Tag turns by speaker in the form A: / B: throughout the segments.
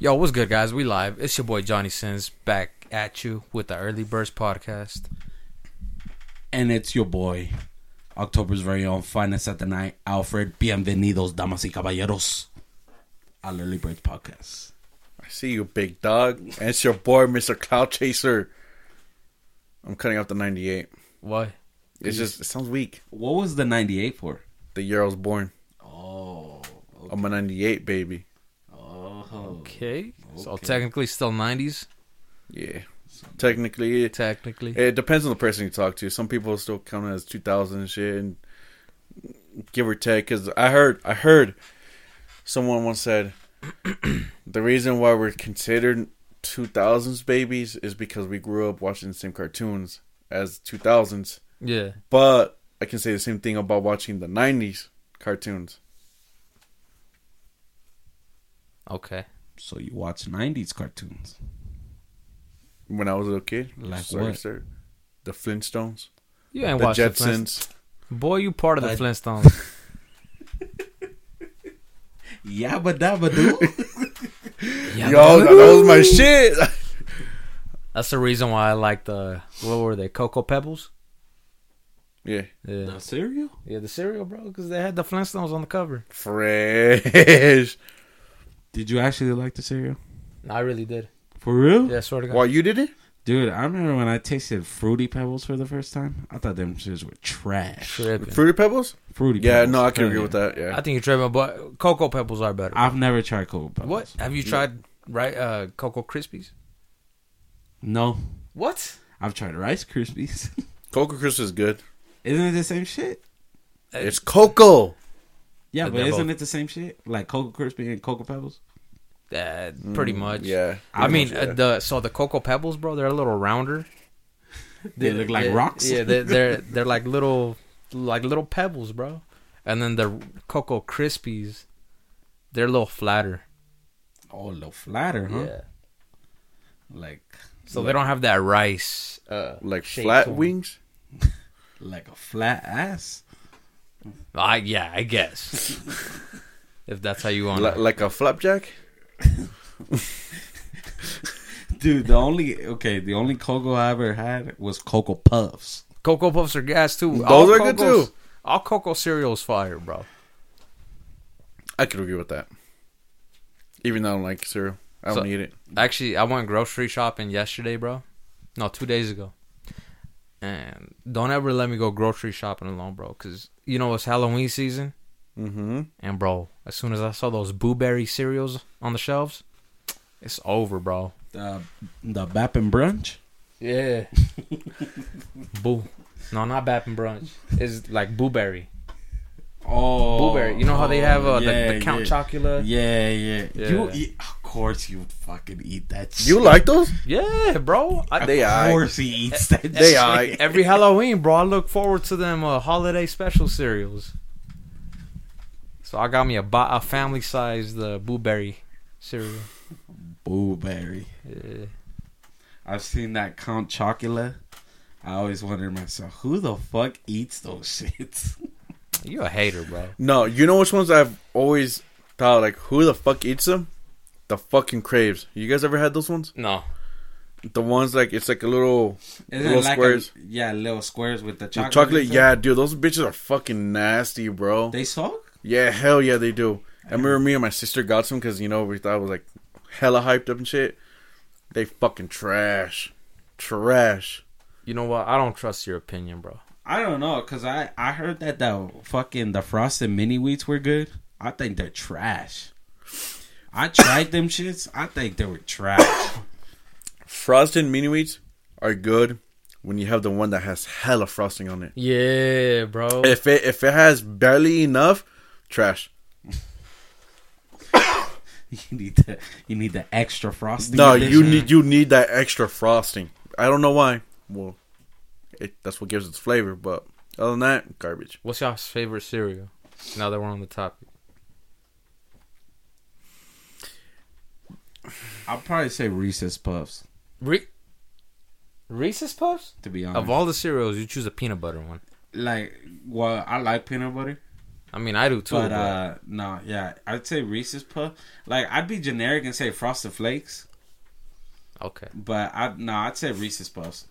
A: Yo, what's good, guys? We live. It's your boy Johnny Sins back at you with the Early Birds podcast.
B: And it's your boy, October's very own finest at the night, Alfred. Bienvenidos, damas y caballeros, al Early Birds podcast.
C: I see you, big dog. And it's your boy, Mr. Cloud Chaser. I'm cutting out the 98.
A: Why?
C: It's just, it sounds weak.
B: What was the 98 for?
C: The year I was born.
B: Oh,
C: I'm a 98 baby.
B: oh.
A: Okay. So
B: Okay.
A: technically, still nineties.
C: Yeah. Technically, it,
A: Technically,
C: it depends on the person you talk to. Some people still count it as 2000 and shit, and give or take. Because I heard, I heard someone once said the reason why we're considered 2000s babies is because we grew up watching the same cartoons as 2000s.
A: yeah.
C: But I can say the same thing about watching the '90s cartoons.
A: Okay.
B: So you watch 90s cartoons.
C: When I was a little kid,
B: Like
C: Sorry,
B: what?
C: sir. The Flintstones,
A: You ain't
C: the
A: watched the Flintstones.
C: Jetsons.
A: Boy, you part of the
B: I-
A: Flintstones.
B: Yabba dabba doo.
A: Yeah,
C: Yo,
A: man.
C: that was my shit.
A: That's the reason why I like the what were they? Cocoa Pebbles.
C: yeah,
A: Yeah,
B: cereal?
A: yeah, the cereal, bro, because they had the Flintstones on the cover.
C: fresh.
B: Did you actually like the cereal?
A: I really did.
B: For real?
A: Yeah, sort of.
C: Why you did it?
B: Dude, I remember when I tasted Fruity Pebbles for the first time. I thought them shits were trash.
A: Tripping.
C: Fruity Pebbles?
B: Fruity
C: Yeah,
B: Pebbles.
C: no, I can
B: Hell
C: agree
B: yeah.
C: with that.
A: I
C: Yeah,
A: think you're tripping, but Cocoa Pebbles are better.
B: I've never tried Cocoa Pebbles.
A: what have you tried? Right, uh, Cocoa Krispies.
B: No.
A: What?
B: I've tried Rice Krispies.
C: Cocoa Crisp is good.
B: Isn't it the same shit?
A: Uh,
C: It's cocoa.
B: Yeah,
A: But
B: but,
A: they're
B: isn't
A: both-
B: it the same shit? Like Cocoa Crispy and Cocoa Pebbles?
A: Uh, pretty much.
C: Mm, Yeah,
A: I mean,
C: Pretty
A: uh,
C: much, yeah.
A: the so the cocoa pebbles, bro, they're a little rounder.
B: They look like
A: They're-
B: rocks?
A: Yeah, they're, they're they're like little like little pebbles, bro. And then the cocoa crispies, they're a little flatter.
B: Oh, a little flatter, huh?
A: Yeah.
B: Like
A: So they don't have that rice. Uh,
C: like
A: shape to
C: flat
A: 'em.
C: wings.
B: like a flat ass.
A: I yeah, I guess. if that's how you want.
C: Li-
A: it.
C: like a flapjack.
B: Dude, the only okay, the only cocoa I ever had was Cocoa Puffs.
A: Cocoa puffs are gas too. Those
C: are good, too.
A: All cocoa cereals fire, bro.
C: I could agree with that. Even though I don't like cereal, I don't
A: So-
C: need it.
A: Actually, I went grocery shopping yesterday, bro. No, two days ago. And don't ever let me go grocery shopping alone, bro. Cause you know it's Halloween season,
C: Mm-hmm.
A: and bro, as soon as I saw those blueberry cereals on the shelves, it's over, bro.
B: The the Bap and Brunch.
A: Yeah. Boo. No, not Bap and Brunch. It's like blueberry.
B: Oh,
A: Blueberry. You know how they have uh,
B: yeah,
A: the, the Count
B: yeah.
A: Chocula?
B: Yeah, yeah,
A: Yeah.
B: You eat, of course you fucking eat that. shit.
C: You like those?
A: Yeah, bro. I,
C: They
B: Of
C: aight.
B: course he eats that.
C: They
B: shit.
C: aight.
A: every Halloween, bro. I look forward to them uh, holiday special cereals. So I got me a, bo- a family sized uh, blueberry cereal.
B: Blueberry.
A: Yeah.
B: I've seen that Count Chocula. I always wonder myself, who the fuck eats those shits?
A: You a hater, bro?
C: No, you know which ones I've always thought like, who the fuck eats them? The fucking craves. You guys ever had those ones?
A: No.
C: The ones like it's like a little little squares.
B: A, yeah, little squares with the
C: The
B: chocolate.
C: chocolate,
B: inside?
C: yeah, dude, those bitches are fucking nasty, bro.
B: They suck.
C: yeah, hell yeah, they do. I remember me and my sister got some because you know we thought it was like hella hyped up and shit. They fucking trash, trash.
A: You know what? I don't trust your opinion, bro.
B: I don't know, cause I I heard that the fucking the frosted mini wheats were good. I think they're trash. I tried them shits. I think they were trash.
C: Frosted mini wheats are good when you have the one that has hella frosting on it.
A: Yeah, bro.
C: If it if it has barely enough, trash.
B: you need the you need the extra frosting.
C: No, you
B: edition.
C: need you need that extra frosting. I don't know why. Well, it, that's what gives it its flavor. But other than that, garbage.
A: What's y'all's favorite cereal? Now that we're on the topic,
B: I'll probably say Reese's Puffs.
A: Re- Reese's Puffs.
B: To be honest,
A: Of all the cereals, you choose a peanut butter one.
B: like well, I like peanut butter,
A: I mean, I do too.
B: but
A: But,
B: uh, no, yeah, I'd say Reese's Puff. Like I'd be generic and say Frosted Flakes,
A: okay.
B: but I no, I'd say Reese's Puffs.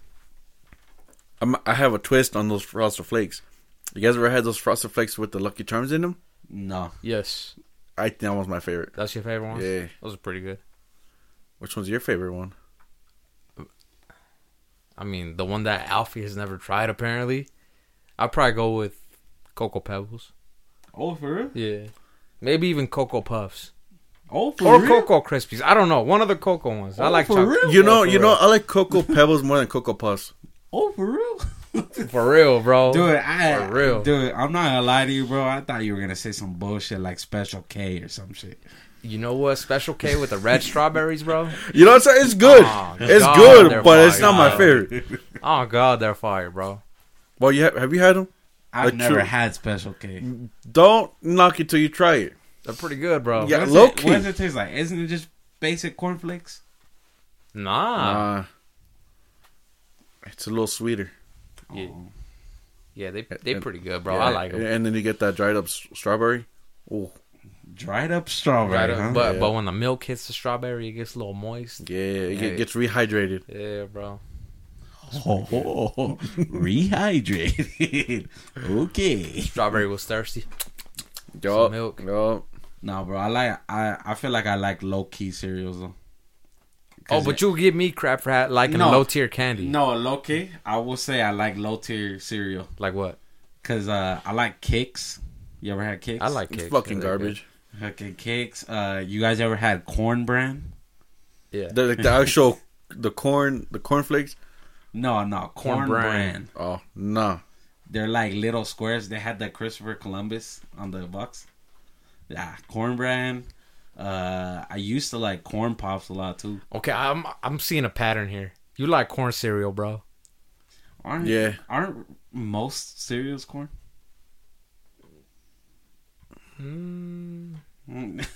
C: I'm, I have a twist on those Frosted Flakes. You guys ever had those Frosted Flakes with the Lucky Charms in them?
B: No,
A: Yes,
C: I think that one's my favorite.
A: that's your favorite one.
C: Yeah.
A: those are pretty good.
C: Which one's your favorite one?
A: I mean, the one that Alfie has never tried apparently. I'd probably go with Cocoa Pebbles.
B: oh for real,
A: Yeah, maybe even Cocoa Puffs
B: oh for
A: or
B: real.
A: Cocoa Krispies. I don't know. One of the cocoa ones. I
B: Oh,
A: like
B: for
A: chocolate.
B: real?
C: You know,
A: Yeah, for
C: you know,
A: real.
C: I like Cocoa Pebbles more than Cocoa Puffs.
B: Oh, for real?
A: for real, bro.
B: dude, I
A: For real.
B: Dude, I'm not gonna lie to you, bro. I thought you were gonna say some bullshit like Special K or some shit.
A: You know what? Special K with the red strawberries, bro.
C: You know what I'm saying? It's good.
A: Oh,
C: it's
A: God,
C: good,
A: they're
C: but it's not my
A: fire.
C: favorite.
A: Oh God, they're fire, bro.
C: Well, you have, have you had them?
B: I've
C: Like,
B: never
C: true.
B: had Special K.
C: Don't knock it till you try it.
A: They're pretty good, bro.
C: Yeah.
B: What's
C: low
B: it,
C: key.
B: What does it taste like? Isn't it just basic cornflakes?
A: Nah.
C: Uh, it's a little sweeter.
A: Yeah.
B: Oh.
A: Yeah, they they
C: And-
A: pretty good, bro.
C: Yeah,
A: I like them.
C: And then you get that dried up s- strawberry. Oh,
B: Dried up strawberry, huh?
A: but
C: Yeah.
A: but when the milk hits the strawberry, it gets a little moist.
C: yeah. It
A: Yeah.
C: get- gets rehydrated.
A: Yeah, bro.
B: Oh, oh, oh. rehydrated. okay.
A: Strawberry was thirsty.
C: Yup,
A: milk.
C: yup.
B: No, bro. I like. I I feel like I like low key cereals though.
A: Oh, but you give me crap for ha- liking
B: No.
A: low tier candy.
B: No, low key. I will say I like low tier cereal
A: Like what?
B: because uh, I like kicks. You ever had kicks?
A: I like
C: It's
A: cakes.
C: fucking
A: Yeah, they're
C: garbage.
B: Okay, cakes. Uh, you guys ever had corn bran?
A: good. Yeah.
C: The, like the actual the corn the cornflakes.
B: No, no, corn,
A: Corn
B: bran.
A: bran.
C: Oh no.
B: They're like little squares. They had the Christopher Columbus on the box. Yeah, corn bran. Uh, I used to like corn pops a lot too.
A: Okay, I'm I'm seeing a pattern here. You like corn cereal, bro.
B: Aren't
C: Yeah.
B: Aren't most cereals corn?
A: Mm,
B: Mm,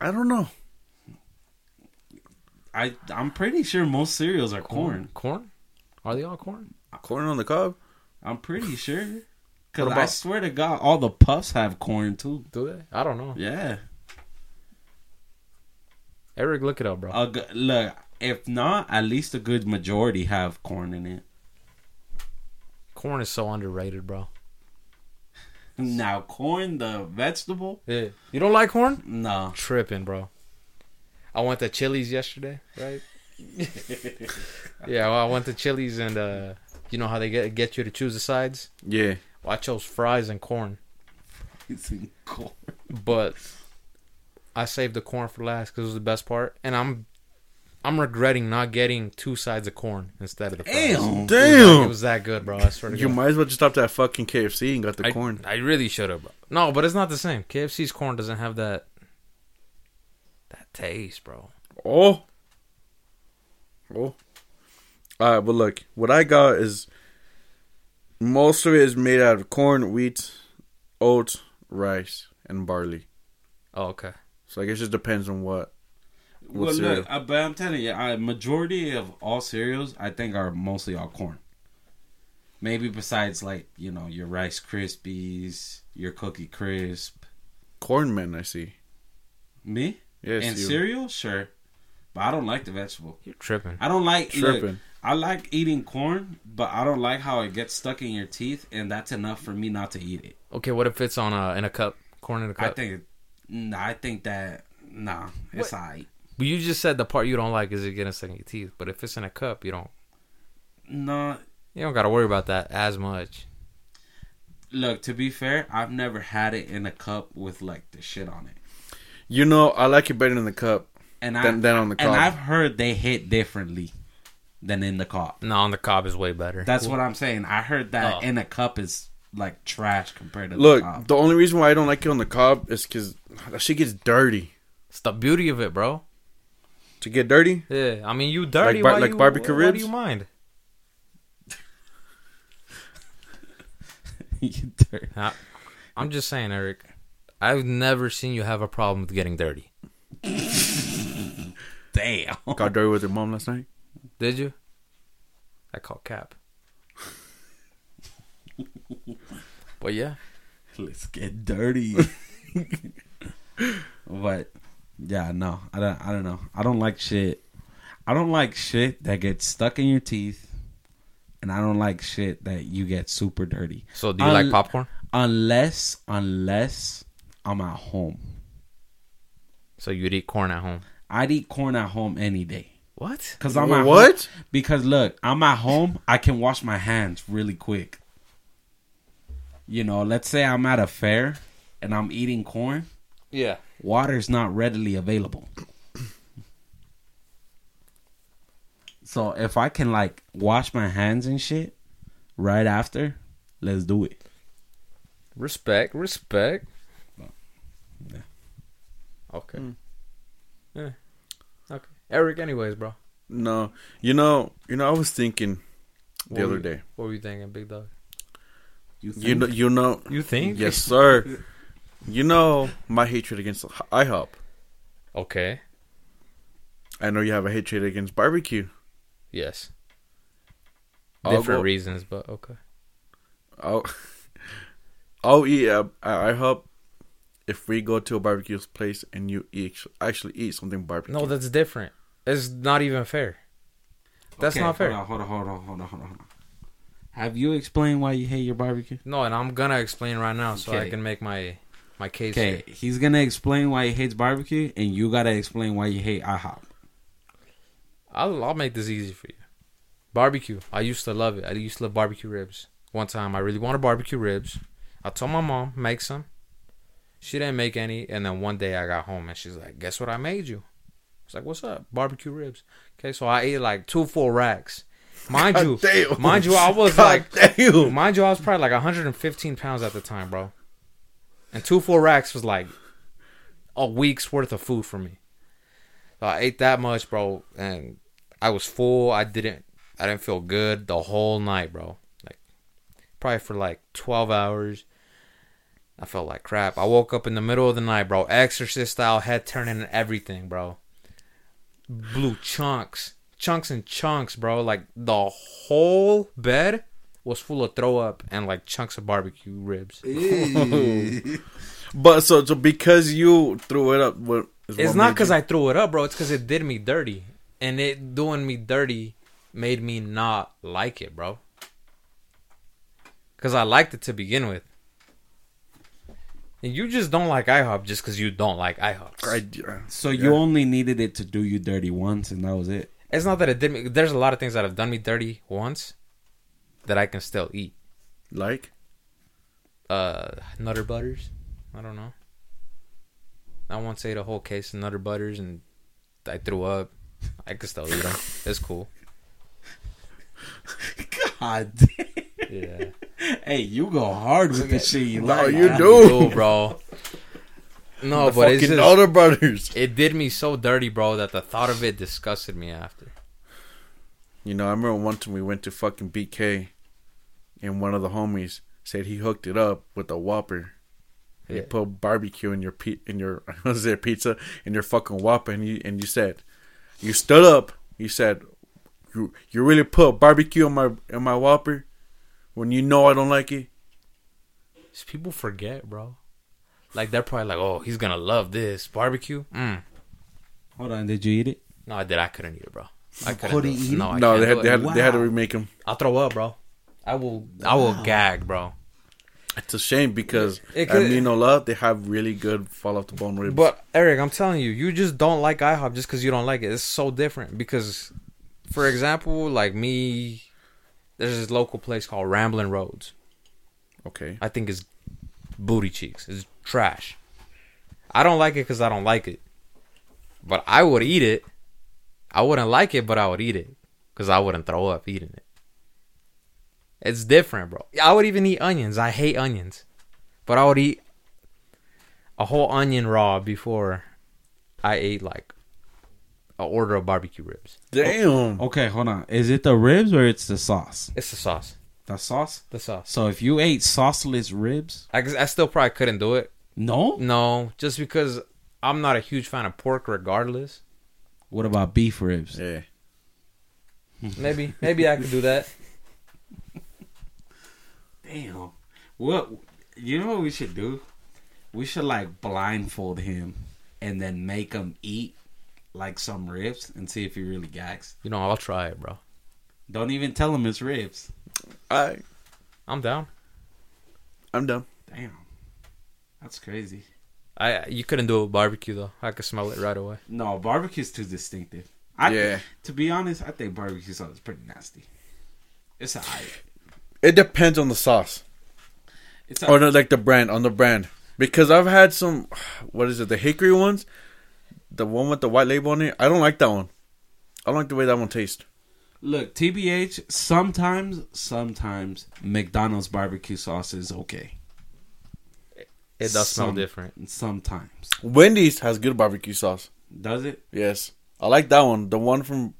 C: I don't know.
B: I I'm pretty sure most cereals are corn.
A: Corn? Are they all corn?
C: Corn on the cob.
B: I'm pretty sure. Cause
C: What
B: I
C: about-
B: swear to God, all the puffs have corn too.
A: Do they? I don't know.
B: Yeah.
A: Eric, look it up, bro.
B: A g- look, if not, at least a good majority have corn in it.
A: corn is so underrated, bro.
B: Now, corn, the vegetable?
A: Yeah. You don't like corn?
B: No.
A: Tripping, bro. I went to Chili's yesterday, right? yeah, well, I went to Chili's and uh, you know how they get get you to choose the sides.
C: Yeah.
A: Well, I chose fries and corn,
B: It's in corn.
A: but I saved the corn for last because it was the best part, and I'm I'm regretting not getting two sides of corn instead of the fries.
B: Damn.
A: It
C: Damn.
A: was that good, bro. I swear to
C: You
A: God.
C: might as well just stop that fucking KFC and got the
A: I,
C: corn.
A: I really should have, bro. No, but it's not the same. KFC's corn doesn't have that that taste, bro.
C: Oh. Oh. All right, but look, what I got is most of it is made out of corn, wheat, oats, rice, and barley.
A: Oh, okay.
C: So I guess it just depends on what. What
B: Well,
C: cereal?
B: look, uh, but I'm telling you, a majority of all cereals, I think, are mostly all corn. Maybe besides, like, you know, your Rice Krispies, your Cookie Crisp.
C: Corn men, I see.
B: Me?
C: Yes,
B: and
C: you.
B: cereal? Sure. But I don't like the vegetable.
A: You're tripping.
B: I don't like. Look,
C: Tripping.
B: I like eating corn, but I don't like how it gets stuck in your teeth, and that's enough for me not to eat it.
A: Okay, what if it's on a in a cup, corn in a cup?
B: I think, nah, I think that nah, it's alright.
A: But you just said the part you don't like is it getting stuck in your teeth. But if it's in a cup, you don't
B: No,
A: you don't gotta worry about that as much.
B: look, to be fair, I've never had it in a cup with like the shit on it,
C: You know, I like it better in the cup
B: and I
C: than, than on the
B: and
C: cob.
B: I've heard they hit differently than in the cup.
A: No, on the cob is way better.
B: That's what I'm saying. I heard that
A: Oh.
B: in a cup is like trash compared to
C: Look,
B: the cob.
C: the only reason why I don't like it on the cob is because that shit gets dirty.
A: it's the beauty of it, bro.
C: To get dirty,
A: Yeah, I mean you dirty
C: Like bar-
A: why
C: like
A: you,
C: barbecue
A: why
C: ribs?
A: do you mind?
B: You dirt.
A: I, I'm just saying, Eric. I've never seen you have a problem with getting dirty.
B: Damn.
C: got dirty with your mom last night.
A: Did you? I call cap. but yeah,
B: Let's get dirty. but yeah, no, I don't. I don't know. I don't like shit. I don't like shit that gets stuck in your teeth, and I don't like shit that you get super dirty.
A: So do you
B: Un-
A: like popcorn?
B: Unless, unless I'm at home,
A: So you eat corn at home.
B: I'd eat corn at home any day.
A: What?
B: Cause I'm
C: Wha-
B: at
C: what?
B: home- because look, I'm at home. I can wash my hands really quick. You know, let's say I'm at a fair and I'm eating corn.
A: Yeah.
B: Water's not readily available. So if I can like wash my hands and shit right after, let's do it.
A: Respect, respect.
B: Yeah.
A: Okay.
C: Mm.
A: Yeah. Okay. Eric, anyways, bro.
C: No, you know, you know, I was thinking
A: What
C: the other
A: were-
C: day.
A: What were you thinking, big dog?
C: You know, you know,
A: You think?
C: yes, sir. You know my hatred against IHOP.
A: Okay.
C: I know you have a hatred against barbecue.
A: Yes.
C: I'll
A: Different
C: go-
A: reasons, but okay.
C: I'll, I'll eat at, at IHOP if we go to a barbecue place and you eat, actually eat something barbecue.
A: No, that's different. It's not even fair. That's
B: Okay,
A: not fair.
B: Hold on, hold on, hold on, hold on, hold on, hold on. Have you explained why you hate your barbecue?
A: No, and I'm gonna explain right now so I
B: Okay.
A: can make my my case.
B: Okay,
A: here.
B: he's gonna explain why he hates barbecue, and you gotta explain why you hate IHOP.
A: I'll I'll make this easy for you. Barbecue. I used to love it. I used to love barbecue ribs. One time, I really wanted barbecue ribs. I told my mom make some. She didn't make any, and then one day I got home and she's like, "Guess what I made you?" It's like, "What's up? Barbecue ribs." Okay, so I ate like two full racks. Mind
C: God
A: you,
C: damn.
A: mind you, I was
C: God
A: like,
C: damn.
A: mind you, I was probably like 115 pounds at the time, bro. And two full racks was like a week's worth of food for me. So I ate that much, bro, and I was full. I didn't, I didn't feel good the whole night, bro. Like probably for like 12 hours. I felt like crap. I woke up in the middle of the night, bro. Exorcist style, head turning and everything, bro. Blue chunks, chunks and chunks, bro. Like the whole bed was full of throw up and like chunks of barbecue ribs.
C: But so, so because you threw it up, what, is
A: It's
C: what
A: not
C: made
A: because
C: you-
A: I threw it up, bro. It's because it did me dirty, and it doing me dirty made me not like it, bro. Because I liked it to begin with. And you just don't like IHOP just because you don't like IHOP.
C: I,
B: So
C: Yeah.
B: you only needed it to do you dirty once, and that was it.
A: It's not that it did me. There's a lot of things that have done me dirty once that I can still eat.
C: like.
A: uh Nutter Butters. I don't know. I once ate a whole case of Nutter Butters and I threw up. I could still eat them. It's cool.
B: God,
A: Yeah.
B: hey, you go hard with the shit. You
C: No,
B: like,
C: you
B: huh?
C: do.
A: Cool, bro. No,
C: the
A: but it's
C: fucking
A: just,
C: Elder Brothers.
A: it did me so dirty, bro, that the thought of it disgusted me after.
C: You know, I remember one time we went to fucking BK, and one of the homies said he hooked it up with a Whopper.
A: Yeah.
C: And You put barbecue in your pi- in your what is it pizza in your fucking Whopper, and you and you said, you stood up. You said, you you really put barbecue on my in my Whopper when you know I don't like it.
A: Just people forget, bro. Like they're probably like, "Oh, he's gonna love this barbecue." Mm.
B: Hold on, did you eat it?
A: No, I did. I couldn't eat it, bro. I couldn't.
B: couldn't
A: do it.
B: eat it?
A: No, Oh, I
C: no,
A: can't
C: they
A: do
C: had
A: it.
C: they had, they had to
B: Wow.
C: remake them.
A: I'll throw up, bro. I will. I will gag, bro.
C: It's a shame because
A: It
C: it
A: could-
C: at Minola they have really good fall off the bone ribs.
A: But Eric, I'm telling you, you just don't like IHOP just because you don't like it. It's so different because, for example, like me, there's this local place called Ramblin' Roads.
C: okay,
A: I think it's booty cheeks. It's trash. I don't like it because I don't like it. But I would eat it. I wouldn't like it, but I would eat it because I wouldn't throw up eating it. It's different, bro. I would even eat onions. I hate onions, but I would eat a whole onion raw before I ate like a order of barbecue ribs.
C: damn.
B: Okay, hold on. Is it the ribs or it's the sauce?
A: It's the sauce.
B: The sauce.
A: The sauce.
B: So if you ate sauceless ribs,
A: I, I still probably couldn't do it.
B: no.
A: No, just because I'm not a huge fan of pork, regardless.
B: What about beef ribs?
C: Yeah.
A: Maybe, maybe I could do that.
B: Damn. What? You know what we should do? We should like blindfold him and then make him eat like some ribs and see if he really gags.
A: You know, I'll try it, bro.
B: Don't even tell him it's ribs.
C: I
A: I'm down.
C: I'm done.
B: Damn. That's crazy.
A: I you couldn't do it with barbecue though. I could smell it right away.
B: No, barbecue's too distinctive. I,
C: Yeah.
B: To be honest, I think barbecue sauce is pretty nasty. It's a
C: It depends on the sauce
B: It's a,
C: or no, like the brand on the brand because I've had some. What is it? The hickory ones, the one with the white label on it. I don't like that one. I don't like the way that one tastes.
B: Look, TBH, sometimes, sometimes McDonald's barbecue sauce is okay.
A: It does smell
B: Some-
A: different.
B: Sometimes.
C: Wendy's has good barbecue sauce.
B: Does it?
C: Yes, I like that one. The one from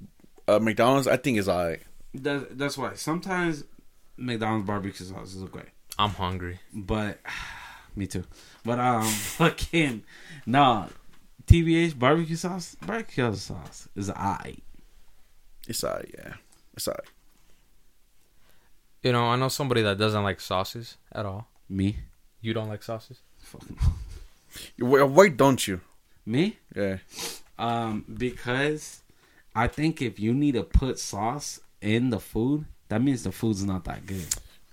C: uh, McDonald's, I think is alright.
B: That, that's why. Sometimes McDonald's barbecue sauce is okay.
A: I'm hungry.
B: But, me too. But, um, fucking, no. TBH barbecue sauce, barbecue sauce is aight.
C: It's alright. Yeah, it's alright.
A: You know, I know somebody that doesn't like sauces at all.
B: Me?
A: You don't like sauces?
B: Fuck no.
C: Why why don't you?
B: Me?
C: Yeah.
B: Um, because I think if you need to put sauce in the food, that means the food's not that good.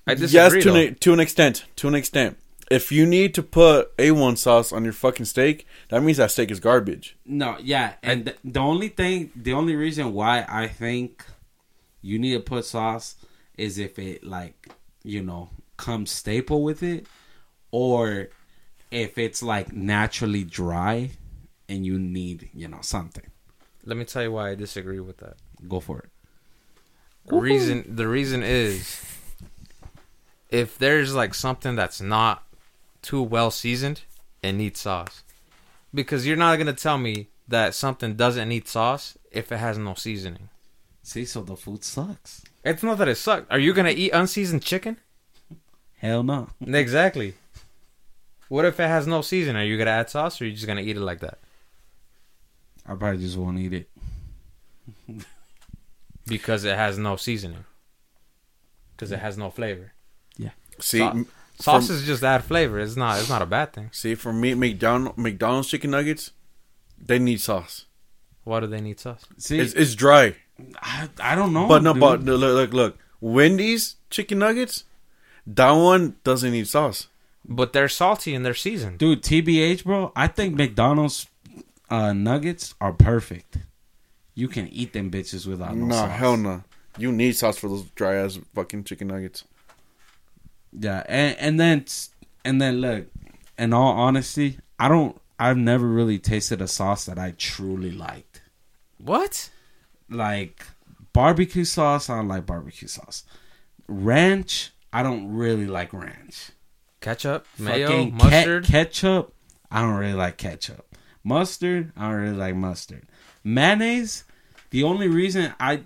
A: I
C: yes,
A: disagree.
C: to
A: though.
C: an, to an extent. To an extent. If you need to put A1 sauce on your fucking steak, that means that steak is garbage.
B: No, yeah, and th- the only thing, the only reason why I think you need to put sauce is if it like you know comes staple with it, or if it's like naturally dry, and you need you know something.
A: Let me tell you why I disagree with that.
B: Go for it.
A: Reason the reason is if there's like something that's not too well seasoned, it needs sauce. Because you're not gonna tell me that something doesn't need sauce if it has no seasoning.
B: See, so the food sucks.
A: It's not that it sucks. Are you gonna eat unseasoned chicken?
B: Hell no.
A: Exactly. What if it has no seasoning? Are you gonna add sauce or are you just gonna eat it like that?
B: I probably just won't eat it.
A: Because it has no seasoning. Because it has no flavor.
C: See,
A: Sau-
C: m-
A: Sauce
C: for,
A: is just add flavor. It's not. It's not a bad thing.
C: see for me, McDonald McDonald's chicken nuggets, they need sauce.
A: Why do they need sauce?
B: See,
C: It's, it's dry,
B: I, I don't know.
C: but no,
B: dude.
C: but no, look, look, look. Wendy's chicken nuggets, that one doesn't need sauce.
A: But they're salty and they're seasoned.
B: Dude, TBH, bro, I think McDonald's uh, nuggets are perfect. You can eat them bitches without no
C: nah,
B: sauce.
C: hell no. You need sauce for those dry ass fucking chicken nuggets.
B: Yeah, and and then s- and then look, in all honesty, I don't. I've never really tasted a sauce that I truly liked.
A: What?
B: Like barbecue sauce, I don't like barbecue sauce. Ranch, I don't really like ranch.
A: Ketchup, mayo,
B: Fucking ke-
A: mustard.
B: ketchup, I don't really like ketchup. Mustard, I don't really like mustard. Mayonnaise, the only reason I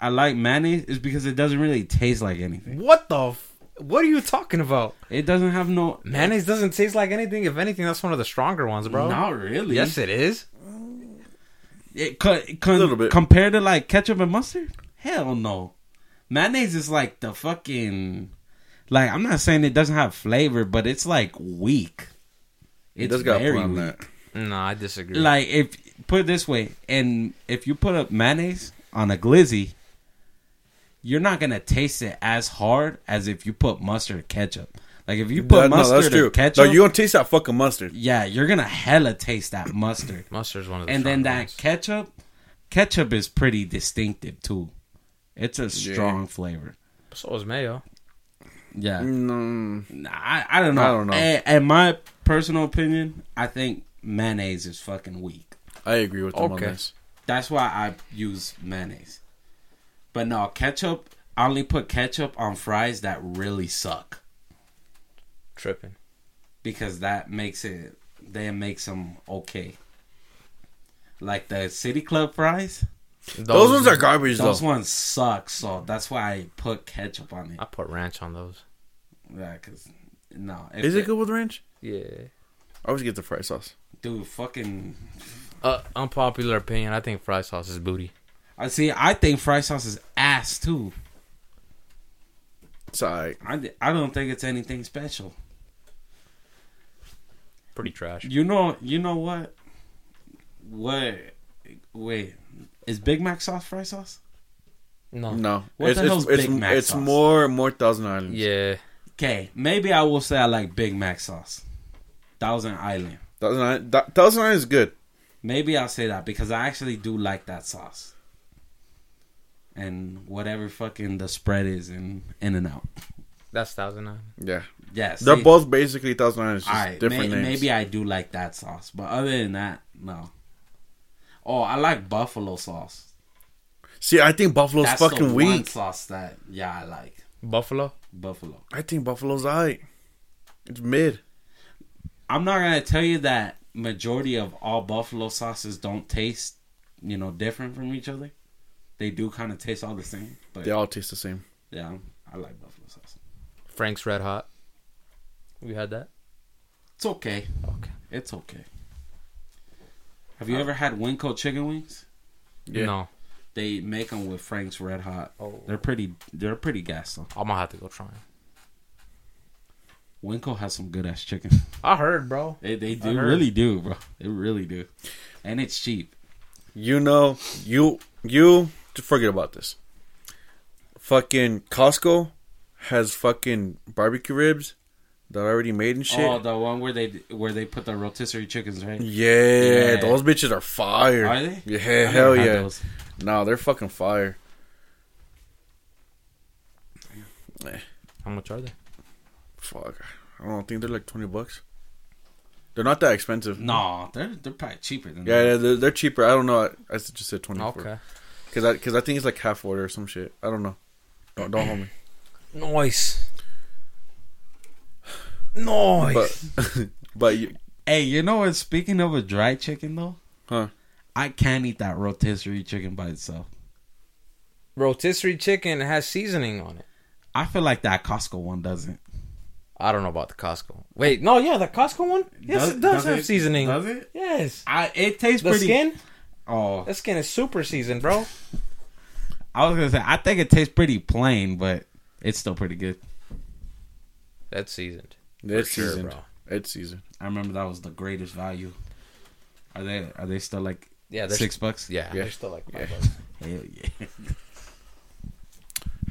B: I like mayonnaise is because it doesn't really taste like anything.
A: what the? F- what are you talking about?
B: It doesn't have no
A: Mayonnaise doesn't taste like anything. If anything, that's one of the stronger ones, bro.
B: Not really.
A: Yes, it is.
B: It co- con-
C: Little bit.
B: compared to like ketchup and mustard? Hell no. Mayonnaise is like the fucking like I'm not saying it doesn't have flavor, but it's like weak. It's
C: It does got
B: very
C: put on
B: weak.
C: that.
A: No, I disagree.
B: Like if put it this way, and if you put up mayonnaise on a glizzy, you're not gonna taste it as hard as if you put mustard or ketchup. Like if you put
C: That- no, that's
B: mustard
C: true.
B: or ketchup,
C: No, you don't taste that fucking mustard.
B: yeah, you're gonna hella taste that mustard.
A: Mustard's one of the.
B: and then
A: stronger
B: that
A: ones.
B: ketchup, ketchup is pretty distinctive too. It's a strong flavor.
A: So is mayo.
B: Yeah,
C: Mm,
B: I, I don't know.
C: I don't know.
B: A- In my personal opinion, I think mayonnaise is fucking weak.
C: I agree with them
A: Okay.
C: on this.
B: That's why I use mayonnaise. But no, ketchup, I only put ketchup on fries that really suck
A: Tripping.
B: because that makes it, they makes them okay. Like the City Club fries,
A: Those,
C: Those, ones are garbage
B: those
C: though.
B: ones suck, so that's why I put ketchup on it.
A: I put ranch on those.
B: Yeah, cause no, if
C: Is it good with ranch?
A: Yeah.
C: I always get the fried sauce.
B: Dude, fucking.
A: Uh, unpopular opinion. I think fry sauce is booty.
B: I see. I think fry sauce is ass too.
C: It's alright.
B: I, I don't think it's anything special.
D: Pretty trash.
B: You know, you know what? What? Wait, is Big Mac sauce fry sauce?
A: No.
C: No,
B: What
C: it's
B: the
C: it's
B: hell's
C: it's,
B: Big Mac
C: it's
B: sauce?
C: more more Thousand Islands.
D: Yeah.
B: Okay, maybe I will say I like Big Mac sauce. Thousand Island.
C: Thousand Island, Thou- Thousand Island is good.
B: Maybe I'll say that because I actually do like that sauce. And whatever fucking the spread is in In and Out.
D: That's thousand nine.
C: Yeah,
B: Yes.
C: they're both basically Thousand Islands, just different
B: may-
C: names.
B: Maybe I do like that sauce, but other than that, no. Oh, I like buffalo sauce.
C: See, I think Buffalo's
B: That's
C: fucking
B: the one
C: weak.
B: sauce that yeah I like
D: Buffalo.
B: buffalo.
C: I think Buffalo's alright. It's mid.
B: I'm not gonna tell you that majority of all buffalo sauces don't taste you know different from each other. They do kind of taste all the same, but
C: They all taste the same.
B: yeah, I'm- I like buffalo sauce.
D: Frank's Red Hot. You had that?
B: It's okay.
D: Okay.
B: It's okay. Have
C: Uh,
B: you ever had Winco chicken wings?
C: Yeah.
D: No.
B: They make them with Frank's Red Hot.
D: Oh.
B: They're pretty. They're pretty gas though.
D: I'm gonna have to go try 'em.
B: Winco has some good ass chicken.
D: I heard, bro.
B: They they
D: I
B: do
D: heard.
B: really do, bro. They really do, and it's cheap.
C: You know, you you just forget about this. Fucking Costco has fucking barbecue ribs that are already made and shit.
B: Oh, the one where they where they put the rotisserie chickens, right?
C: yeah,
B: Yeah.
C: those bitches are fire.
B: Are they?
C: Yeah,
B: I
C: hell
B: never had
C: yeah.
B: those.
C: No, they're fucking fire.
D: How much are they?
C: Fuck, I don't think they're like twenty bucks. They're not that expensive.
B: No, they're they're probably cheaper than
C: Yeah,
B: that.
C: yeah, they're, they're cheaper. I don't know. I, I just said twenty.
D: Okay.
C: Because I, cause I think it's like half order or some shit. I don't know. Don't, don't hold me.
A: Noise. Noise.
C: But but you,
B: Hey, you know what? Speaking of a dry chicken though,
C: Huh.
B: I can't eat that rotisserie chicken by itself.
A: Rotisserie chicken has seasoning on it.
B: I feel like that Costco one doesn't.
A: I don't know about the Costco. Wait, no, yeah, the Costco one. Yes,
B: Does-
A: it does,
B: does
A: have
B: it-
A: seasoning.
B: does it?
D: Ah,
A: Yes.
B: I it tastes
A: The
B: pretty.
A: skin,
B: Oh,
A: the skin is super seasoned, bro.
B: I was gonna say I think it tastes pretty plain, but it's still pretty good.
D: That's seasoned.
C: it's
A: sure,
C: seasoned.
A: bro.
C: It's seasoned.
B: I remember that was the greatest value. Are they are they still like
D: Yeah. There's,
B: six bucks?
D: Yeah.
C: Yeah.
A: They're still like five
C: Yeah.
A: bucks.
B: Hell yeah.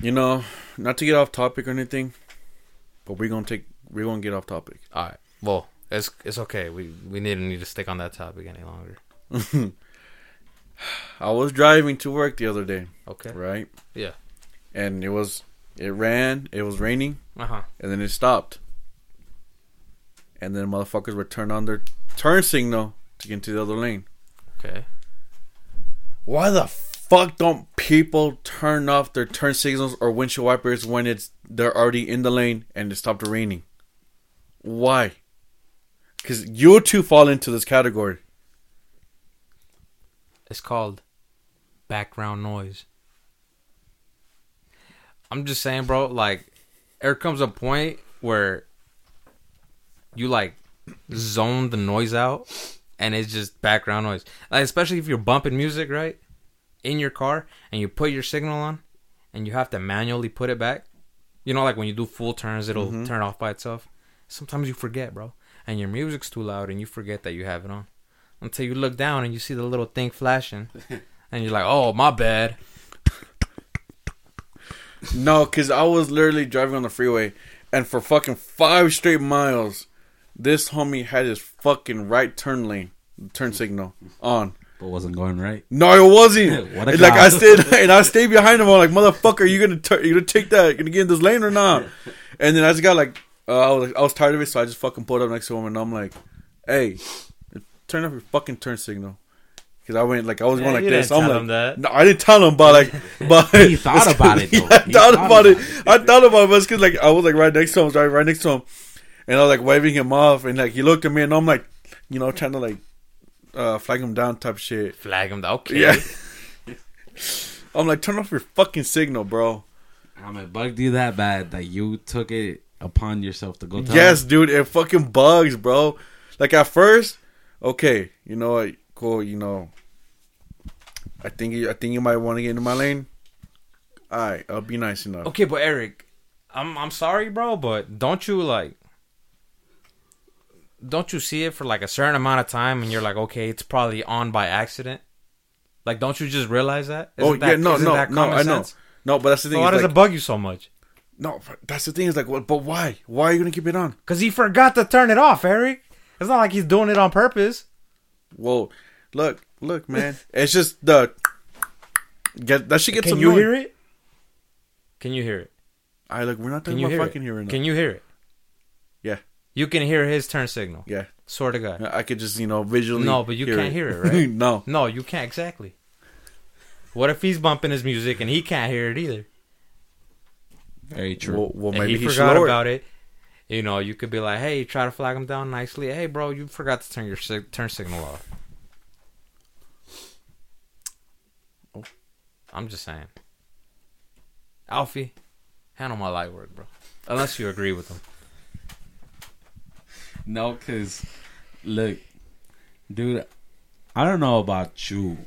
C: You know, not to get off topic or anything, but we're gonna take we're gonna get off topic.
D: All right. Well, it's it's okay. We we didn't need to stick on that topic any longer.
C: I was driving to work the other day,
D: Okay.
C: right?
D: Yeah.
C: And it was it ran, it was raining,
D: Uh
A: Uh-huh.
D: huh.
C: and then it stopped. And then motherfuckers would turn on their turn signal to get into the other lane.
D: Okay.
C: Why the fuck don't people turn off their turn signals or windshield wipers when it's they're already in the lane and it stopped raining? Why? Because you two fall into this category.
D: It's called background noise.
A: I'm just saying, bro. Like, there comes a point where you like zone the noise out, and it's just background noise. Like, especially if you're bumping music, right, in your car, and you put your signal on, and you have to manually put it back. You know, like when you do full turns, it'll turn off by itself. Sometimes you forget, bro, and your music's too loud, and you forget that you have it on until you look down and you see the little thing flashing, and you're like, "Oh, my bad."
C: No, because I was literally driving on the freeway, and for fucking five straight miles, this homie had his fucking right turn lane turn signal on.
B: But wasn't going right.
C: No, it wasn't.
B: What a
C: And, like
B: guy.
C: I stayed and I stayed behind him. I'm like, motherfucker, you gonna tur- you gonna take that? You gonna get in this lane or not? And then I just got like, uh, I was I was tired of it, so I just fucking pulled up next to him and I'm like, hey, turn off your fucking turn signal. Because I went like I was
D: Yeah,
C: going like
D: you
C: this.
D: didn't
C: I'm
D: tell
C: like,
D: him that.
C: no, I didn't tell him, but like, but
B: He thought about it, though.
C: Yeah, I
B: He
C: thought,
B: thought
C: about, it.
B: about
C: I thought about it, but it's 'cause, like I was like right next to him, I was driving right next to him, and I was like waving him off, and like he looked at me, and I'm like, you know, trying to like uh, flag him down, type shit.
D: Flag him. Okay.
C: Yeah. I'm like, turn off your fucking signal, bro.
B: I'm it bugged you that bad that you took it upon yourself to go. Tell
C: Yes,
B: him?
C: dude, it fucking bugs, bro. Like at first, okay, you know what, cool, you know. I think you, I think you might want to get into my lane. All right, I'll be nice enough.
A: Okay, but Eric, I'm I'm sorry, bro, but don't you like don't you see it for like a certain amount of time and you're like, okay, it's probably on by accident? Like, don't you just realize that?
C: oh
A: that,
C: yeah, no,
A: isn't
C: no,
A: that
C: no,
A: common
C: I know.
A: sense?
C: No, but that's the
A: So
C: thing.
A: why
C: is,
A: does
C: like,
A: it bug you so much?
C: no, but that's the thing. Is like, well, but why? Why are you gonna keep it on?
A: Because he forgot to turn it off, Eric. It's not like he's doing it on purpose.
C: Whoa, look, look, man. it's just the get that shit gets.
A: Can you
C: annoying.
A: hear it? Can you hear it?
C: I look. We're not
A: Can
C: talking
A: you
C: about
A: hear
C: fucking
A: it?
C: hearing.
A: Can you hear it?
C: Yeah.
A: You can hear his turn signal.
C: Yeah,
A: Swear to God.
C: I could just you know visually.
A: No, but you can't hear it, right?
C: no,
A: No, you can't exactly. What if he's bumping his music and he can't hear it either?
B: Very true.
C: well, well
A: and
C: maybe
A: he
C: he,
A: forgot
C: should
A: about it. You know, you could be like, "Hey, try to flag him down nicely. Hey, bro, you forgot to turn your sig- turn signal off."
C: Oh.
A: I'm just saying, Alfie, handle my light work, bro. Unless you agree with him.
B: No, cause look, dude, I don't know about you,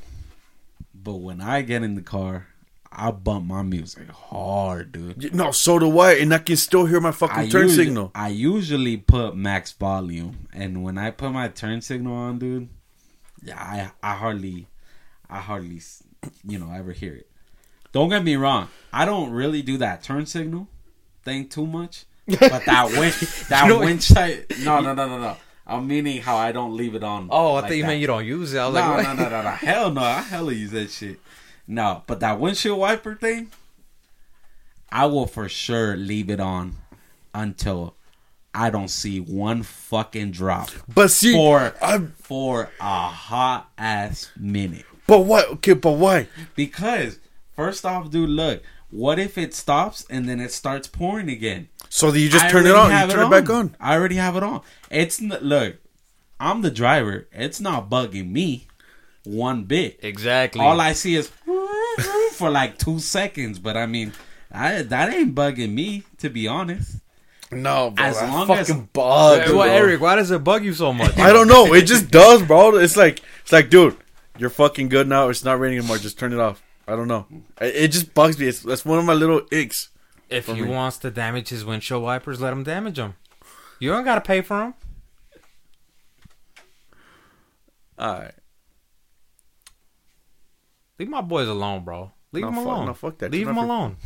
B: but when I get in the car, I bump my music hard, dude.
C: Y- No, so do I, and I can still hear my fucking
B: I
C: turn
B: usu-
C: signal.
B: I usually put max volume, and when I put my turn signal on, dude, yeah, I I hardly, I hardly, s- you know, ever hear it. Don't get me wrong, I don't really do that turn signal thing too much, but that winch, that
A: know-
B: winch, I, no, no, no, no, no. I'm meaning how I don't leave it on.
A: Oh, I
B: like
A: thought you
B: that.
A: meant you don't use it. I
B: No,
A: was
B: no,
A: like,
B: no, no, no, no. Hell no, I hella use that shit. No, but that windshield wiper thing, I will for sure leave it on until I don't see one fucking drop
C: But see,
B: for
C: I-
B: for a hot ass minute.
C: but why? Okay, but why?
B: Because first off, dude, look, what if it stops and then it starts pouring again?
C: So that you just
B: I
C: turn it
B: already
C: on,
B: have
C: you turn it, back on.
B: I already have it on. It's n- look, I'm the driver. It's not bugging me one bit.
A: exactly.
B: All I see is for like two seconds, but I mean, I, that ain't bugging me to be honest.
C: No, bro,
B: As
C: that
B: long as-
C: fucking bugs,
A: Hey, well,
C: bro.
A: Eric, why does it bug you so much?
C: I don't know. It just does, bro. It's like it's like, dude, you're fucking good now. It's not raining anymore. Just turn it off. I don't know. It, it just bugs me. It's that's one of my little icks.
A: If he
C: me.
A: wants to damage his windshield wipers, let him damage them. You don't gotta pay for them.
C: All right.
A: Leave my boys alone, bro. Leave
C: No,
A: them
C: fuck-
A: alone.
C: no, fuck that.
A: Leave
C: Turn
A: them
C: off your-
A: alone.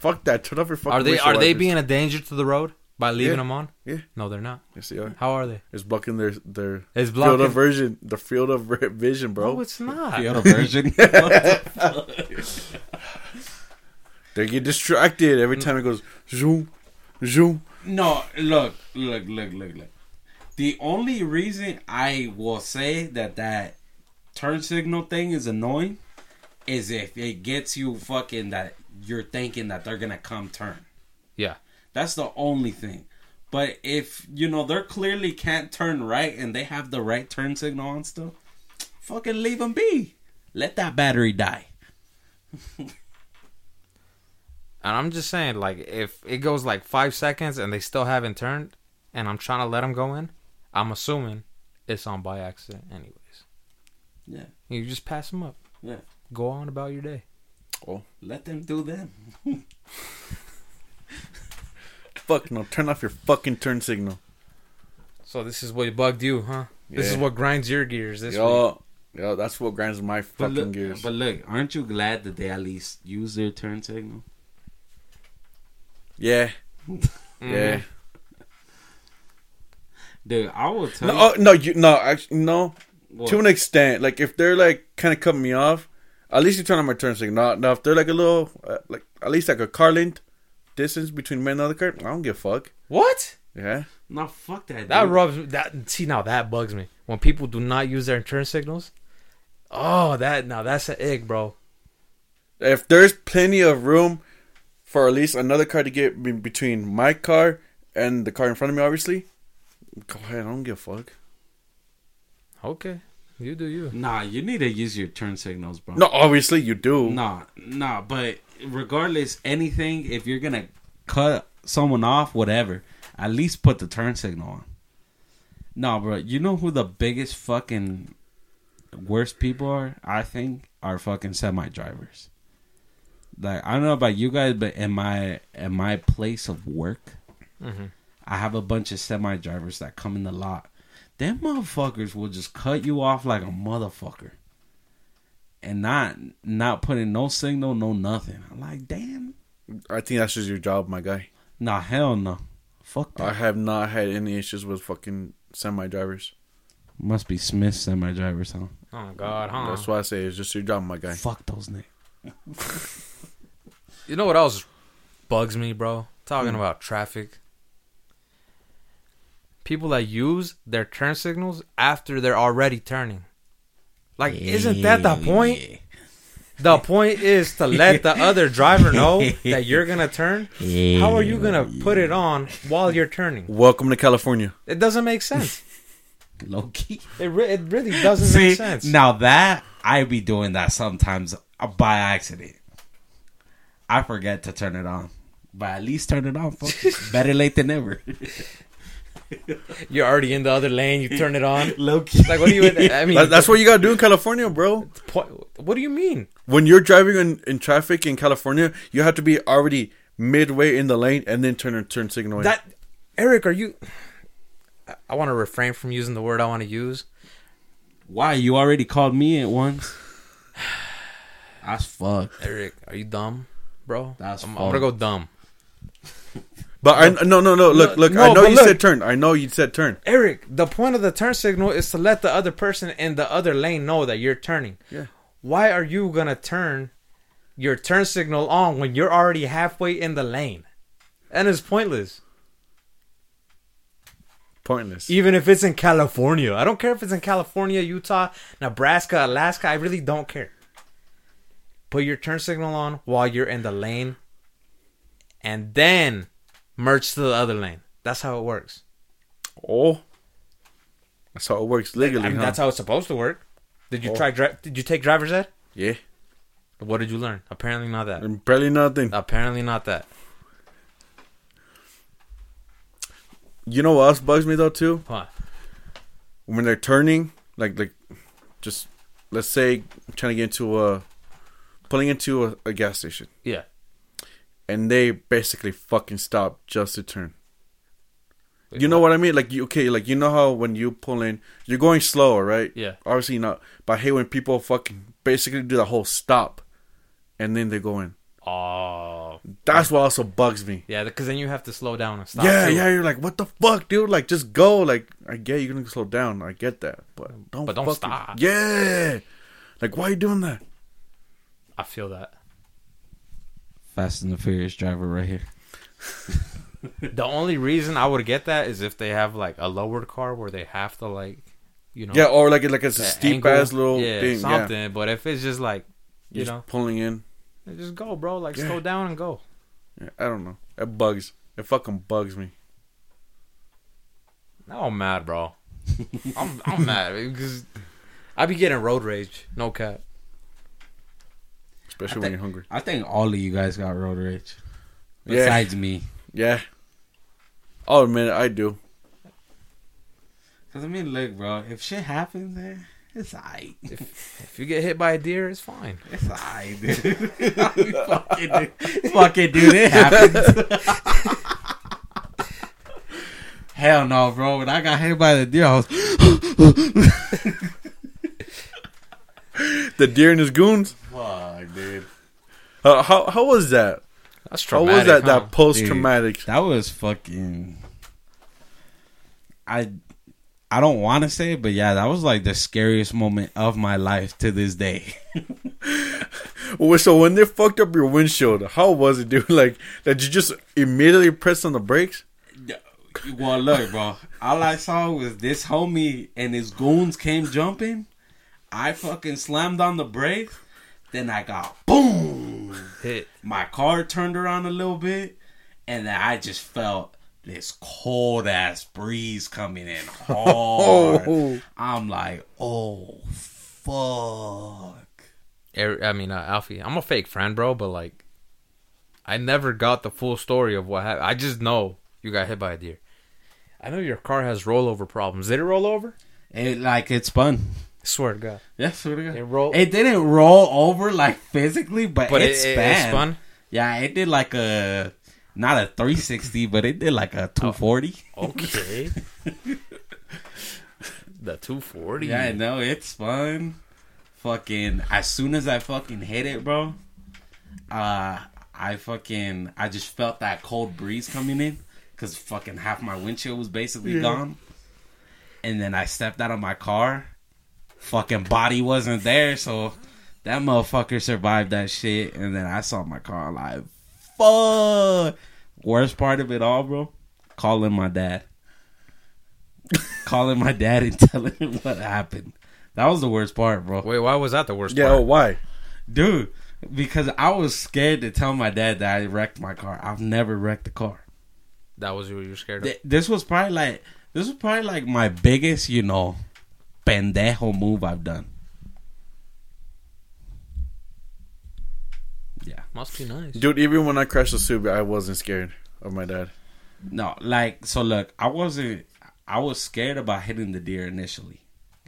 C: Fuck that. Turn off your fucking.
A: Are they
C: windshield
A: are they
C: wipers.
A: being a danger to the road by leaving
C: Yeah.
A: them on?
C: Yeah.
A: No, they're not.
C: Yes, they are.
A: How are they?
C: It's blocking their their
A: It's
C: field
A: blocking-
C: of vision. The field of vi- vision, bro.
A: No, it's not.
B: The other version.
C: They get distracted every time it goes zoom, zoom.
B: no, look, look, look, look, look. The only reason I will say that that turn signal thing is annoying is if it gets you fucking that you're thinking that they're gonna come turn.
A: Yeah.
B: That's the only thing. But if you know they're clearly can't turn right and they have the right turn signal on still, fucking leave them be. Let that battery die.
A: And I'm just saying, like, if it goes like five seconds and they still haven't turned, and I'm trying to let them go in, I'm assuming it's on by accident, anyways.
B: Yeah,
A: You just pass them up.
B: yeah.
A: Go on about your day.
B: Let them do them.
C: Fuck no! Turn off your fucking turn signal.
A: So this is what bugged you, huh? This is
C: Yeah.
A: what grinds your gears this week.
C: Yo, yo, that's what grinds my
B: But
C: fucking
B: look,
C: gears.
B: but look, aren't you glad that they at least use their turn signal?
C: yeah,
A: Mm.
C: yeah.
B: Dude, I will tell
C: No,
B: you.
C: oh, no, you no, actually, no.
B: What?
C: To an extent, like if they're like kind of cutting me off, at least you turn on my turn signal. Now, now if they're like a little, uh, like at least like a car length distance between me and another car, I don't give a fuck.
A: What?
C: Yeah,
B: no, fuck that.
A: That
B: dude.
A: rubs me. That see now that bugs me when people do not use their turn signals. Oh, that now that's an egg, bro.
C: if there's plenty of room for at least another car to get be- between my car and the car in front of me, obviously, go ahead. I don't give a fuck.
A: Okay, you do you.
B: Nah, you need to use your turn signals, bro.
C: No, obviously you do.
B: Nah, nah, but regardless, anything, if you're gonna cut someone off, whatever, at least put the turn signal on. Nah, bro, you know who the biggest fucking worst people are? I think are fucking semi drivers. Like I don't know about you guys, but in my in my place of work, I have a bunch of semi drivers that come in the lot. them motherfuckers will just cut you off like a motherfucker, and not not putting no signal, no nothing. I'm like, damn,
C: I think that's just your job, my guy.
B: nah, hell no, fuck that.
C: I have not had any issues with fucking semi drivers.
B: Must be Smith semi drivers, huh?
A: Oh God, huh?
C: That's why I say it's just your job, my guy.
B: Fuck those niggas.
A: You know what else bugs me, bro? Talking about traffic. People that use their turn signals after they're already turning. Like, isn't that the point? The point is to let the other driver know that you're gonna turn. How are you gonna put it on while you're turning?
C: Welcome to California.
A: It doesn't make sense.
B: Low key.
A: It re- it really doesn't
B: See,
A: make sense.
B: now that I be doing that sometimes uh, by accident. I forget to turn it on, but at least turn it on. Fuck. Better late than never.
A: You're already in the other lane. You turn it on.
B: Low key.
A: Like, what do you? I mean,
C: That- that's what you gotta do in California, bro.
A: po- what do you mean?
C: When you're driving in, in traffic in California, you have to be already midway in the lane and then turn turn signal. in.
A: That Eric, are you? I- I want to refrain from using the word I want to use.
B: Why you already called me in once? That's fucked.
A: Eric, are you dumb, bro?
B: That's
A: I'm, I'm gonna go dumb.
C: but I no no no look look I
A: no,
C: know
A: but
C: you
A: look.
C: said turn. I know you said turn.
A: Eric, the point of the turn signal is to let the other person in the other lane know that you're turning.
C: Yeah.
A: Why are you gonna turn your turn signal on when you're already halfway in the lane? And it's pointless.
C: Pointless.
A: Even if it's in California. I don't care if it's in California, Utah, Nebraska, Alaska. I really don't care. Put your turn signal on while you're in the lane and then merge to the other lane. That's how it works.
C: Oh, that's how it works legally.
A: I mean,
C: huh? Oh.
A: that's how it's supposed to work. Did you try dri- did you take driver's ed?
C: yeah,
A: What did you learn? Apparently not that.
C: and probably nothing.
A: Apparently not that.
C: You know what else bugs me though too?
A: Huh.
C: When they're turning, like like, just let's say trying to get into a, pulling into a, a gas station,
A: Yeah.
C: and they basically fucking stop just to turn. You know what I mean? Like you okay? Like you know how when you pull in, you're going slow, right?
A: Yeah.
C: Obviously not, but I hate when people fucking basically do the whole stop, and then they go in.
A: Oh.
C: That's what also bugs me.
A: Yeah, because then you have to slow down and stop.
C: yeah,
A: too.
C: yeah. You're like, what the fuck, dude? Like, just go. Like, I get you're gonna slow down. I get that, but don't.
A: But don't
C: fucking-
A: stop.
C: Yeah. Like, why are you doing that?
A: I feel that.
B: Fast and the Furious driver right here.
A: The only reason I would get that is if they have like a lowered car where they have to like, you know,
C: Yeah, or like, like it's a
A: the
C: steep
A: angle.
C: ass little
A: yeah,
C: thing.
A: something.
C: Yeah,
A: But if it's just like, you
C: just
A: know,
C: pulling in.
A: just go, bro. Like
C: Yeah.
A: slow down and go.
C: Yeah, I don't know. It bugs. It fucking bugs me.
A: Now I'm mad, bro. I'm I'm mad because I be getting road rage. No cap.
B: I
C: Especially when
B: think-
C: you're hungry.
B: I think all of you guys got road rage.
C: Yeah.
B: Besides me.
C: Yeah. I'll admit it, I do.
B: Cause I mean, look, bro. If shit happens, eh, it's alright.
A: If you get hit by a deer, it's fine.
B: It's alright, dude. fucking, dude. fucking dude, it happens. Hell no, bro. When I got hit by the deer, I was
C: The deer and his goons.
B: fuck, dude.
C: Uh, how how was that?
A: That's
C: How
A: traumatic.
C: was that?
A: huh?
C: That post traumatic.
B: That was fucking. I, I don't want to say, it, but yeah, that was like the scariest moment of my life to this day.
C: Well, So when they fucked up your windshield, how was it, dude? Like, did you just immediately press on the brakes?
B: Well, look, bro. All I saw was this homie and his goons came jumping. I fucking slammed on the brakes. Then I got boom.
A: Hit.
B: My car turned around a little bit, and then I just felt this cold ass breeze coming in hard. I'm like, oh fuck.
A: Eric- I mean, uh, Alfie, I'm a fake friend, bro, but like, I never got the full story of what happened. I just know you got hit by a deer. I know your car has rollover problems. Did it roll over?
B: It like it spun.
A: swear to God.
B: Yeah, swear to God.
A: It rolled-
B: It didn't roll over like physically, but,
A: But it-
B: it,
A: it-
B: span.
A: it spun?
B: Yeah, it did like a not a 360, but it did like a 240.
A: Okay.
D: The 240.
B: Yeah, I know it's fun. Fucking as soon as I fucking hit it, bro. Uh, I fucking I just felt that cold breeze coming in because fucking half my windshield was basically gone. And then I stepped out of my car. Fucking body wasn't there, so that motherfucker survived that shit. And then I saw my car alive. Fuck. Worst part of it all, bro. Calling my dad calling my dad and telling him what happened. That was the worst part, bro.
D: Wait, why was that the worst
C: Yeah,
D: part?
C: oh, why?
B: Dude, because I was scared to tell my dad that I wrecked my car. I've never wrecked a car.
D: That was what you were scared of.
B: Th- this was probably like this was probably like my biggest, you know, pendejo move I've done. Yeah.
D: Must be nice.
C: Dude, even when I crashed the Subaru, I wasn't scared of my dad.
B: No, like so look, I wasn't I was scared about hitting the deer initially.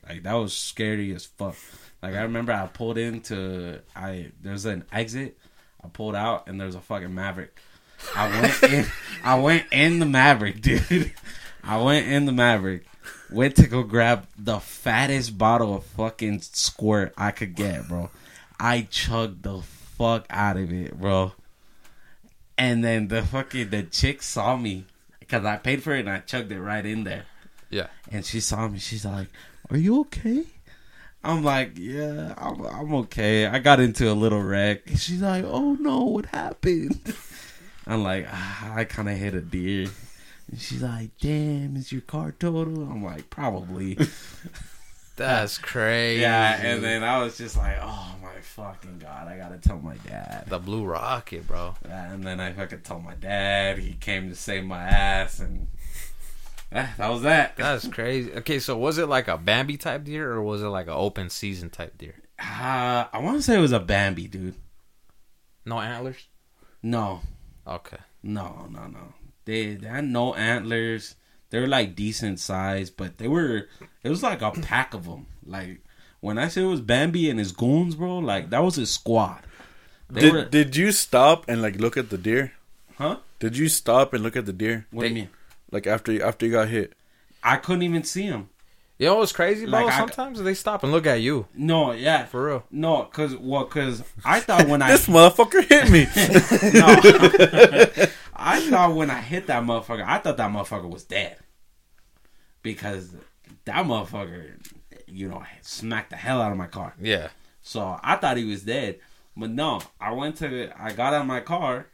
B: Like that was scary as fuck. Like I remember I pulled into I there's an exit. I pulled out and there's a fucking Maverick. I went in I went in the Maverick, dude. I went in the Maverick. Went to go grab the fattest bottle of fucking squirt I could get, bro. I chugged the fuck out of it, bro. And then the fucking the chick saw me because I paid for it and I chugged it right in there.
D: Yeah.
B: And she saw me. She's like, "Are you okay?" I'm like, "Yeah, I'm, I'm okay. I got into a little wreck." And she's like, "Oh no, what happened?" I'm like, ah, "I kind of hit a deer." And she's like, "Damn, is your car total?" I'm like, "Probably."
D: That's crazy.
B: yeah. And then I was just like, "Oh my fucking god, I gotta tell my dad."
D: The Blue Rocket, bro.
B: And then I fucking told my dad. He came to save my ass, and Ah, that was that.
D: That's crazy. Okay, so was it like a Bambi type deer or was it like an open season type deer?
B: Uh, I want to say it was a Bambi, dude.
D: No antlers?
B: No,
D: Okay.
B: no, no, no. They they had no antlers. They were like decent size, but they were. It was like a pack of them. Like when I said it was Bambi and his goons, bro. Like that was his squad. They
C: Did
B: were,
C: Did you stop and like look at the deer?
B: huh?
C: Did you stop and look at the deer?
B: What do you mean?
C: Like after you after you got hit?
B: I couldn't even see him.
D: You know what's crazy, bro?
B: Like, I-
D: Sometimes they stop and look at you.
B: No, yeah,
D: For real.
B: no, cause well, cause I thought when I
C: This motherfucker hit me.
B: No. I thought when I hit that motherfucker, I thought that motherfucker was dead. Because that motherfucker, you know, smacked the hell out of my car.
D: Yeah.
B: So I thought he was dead. But no, I went to, I got out of my car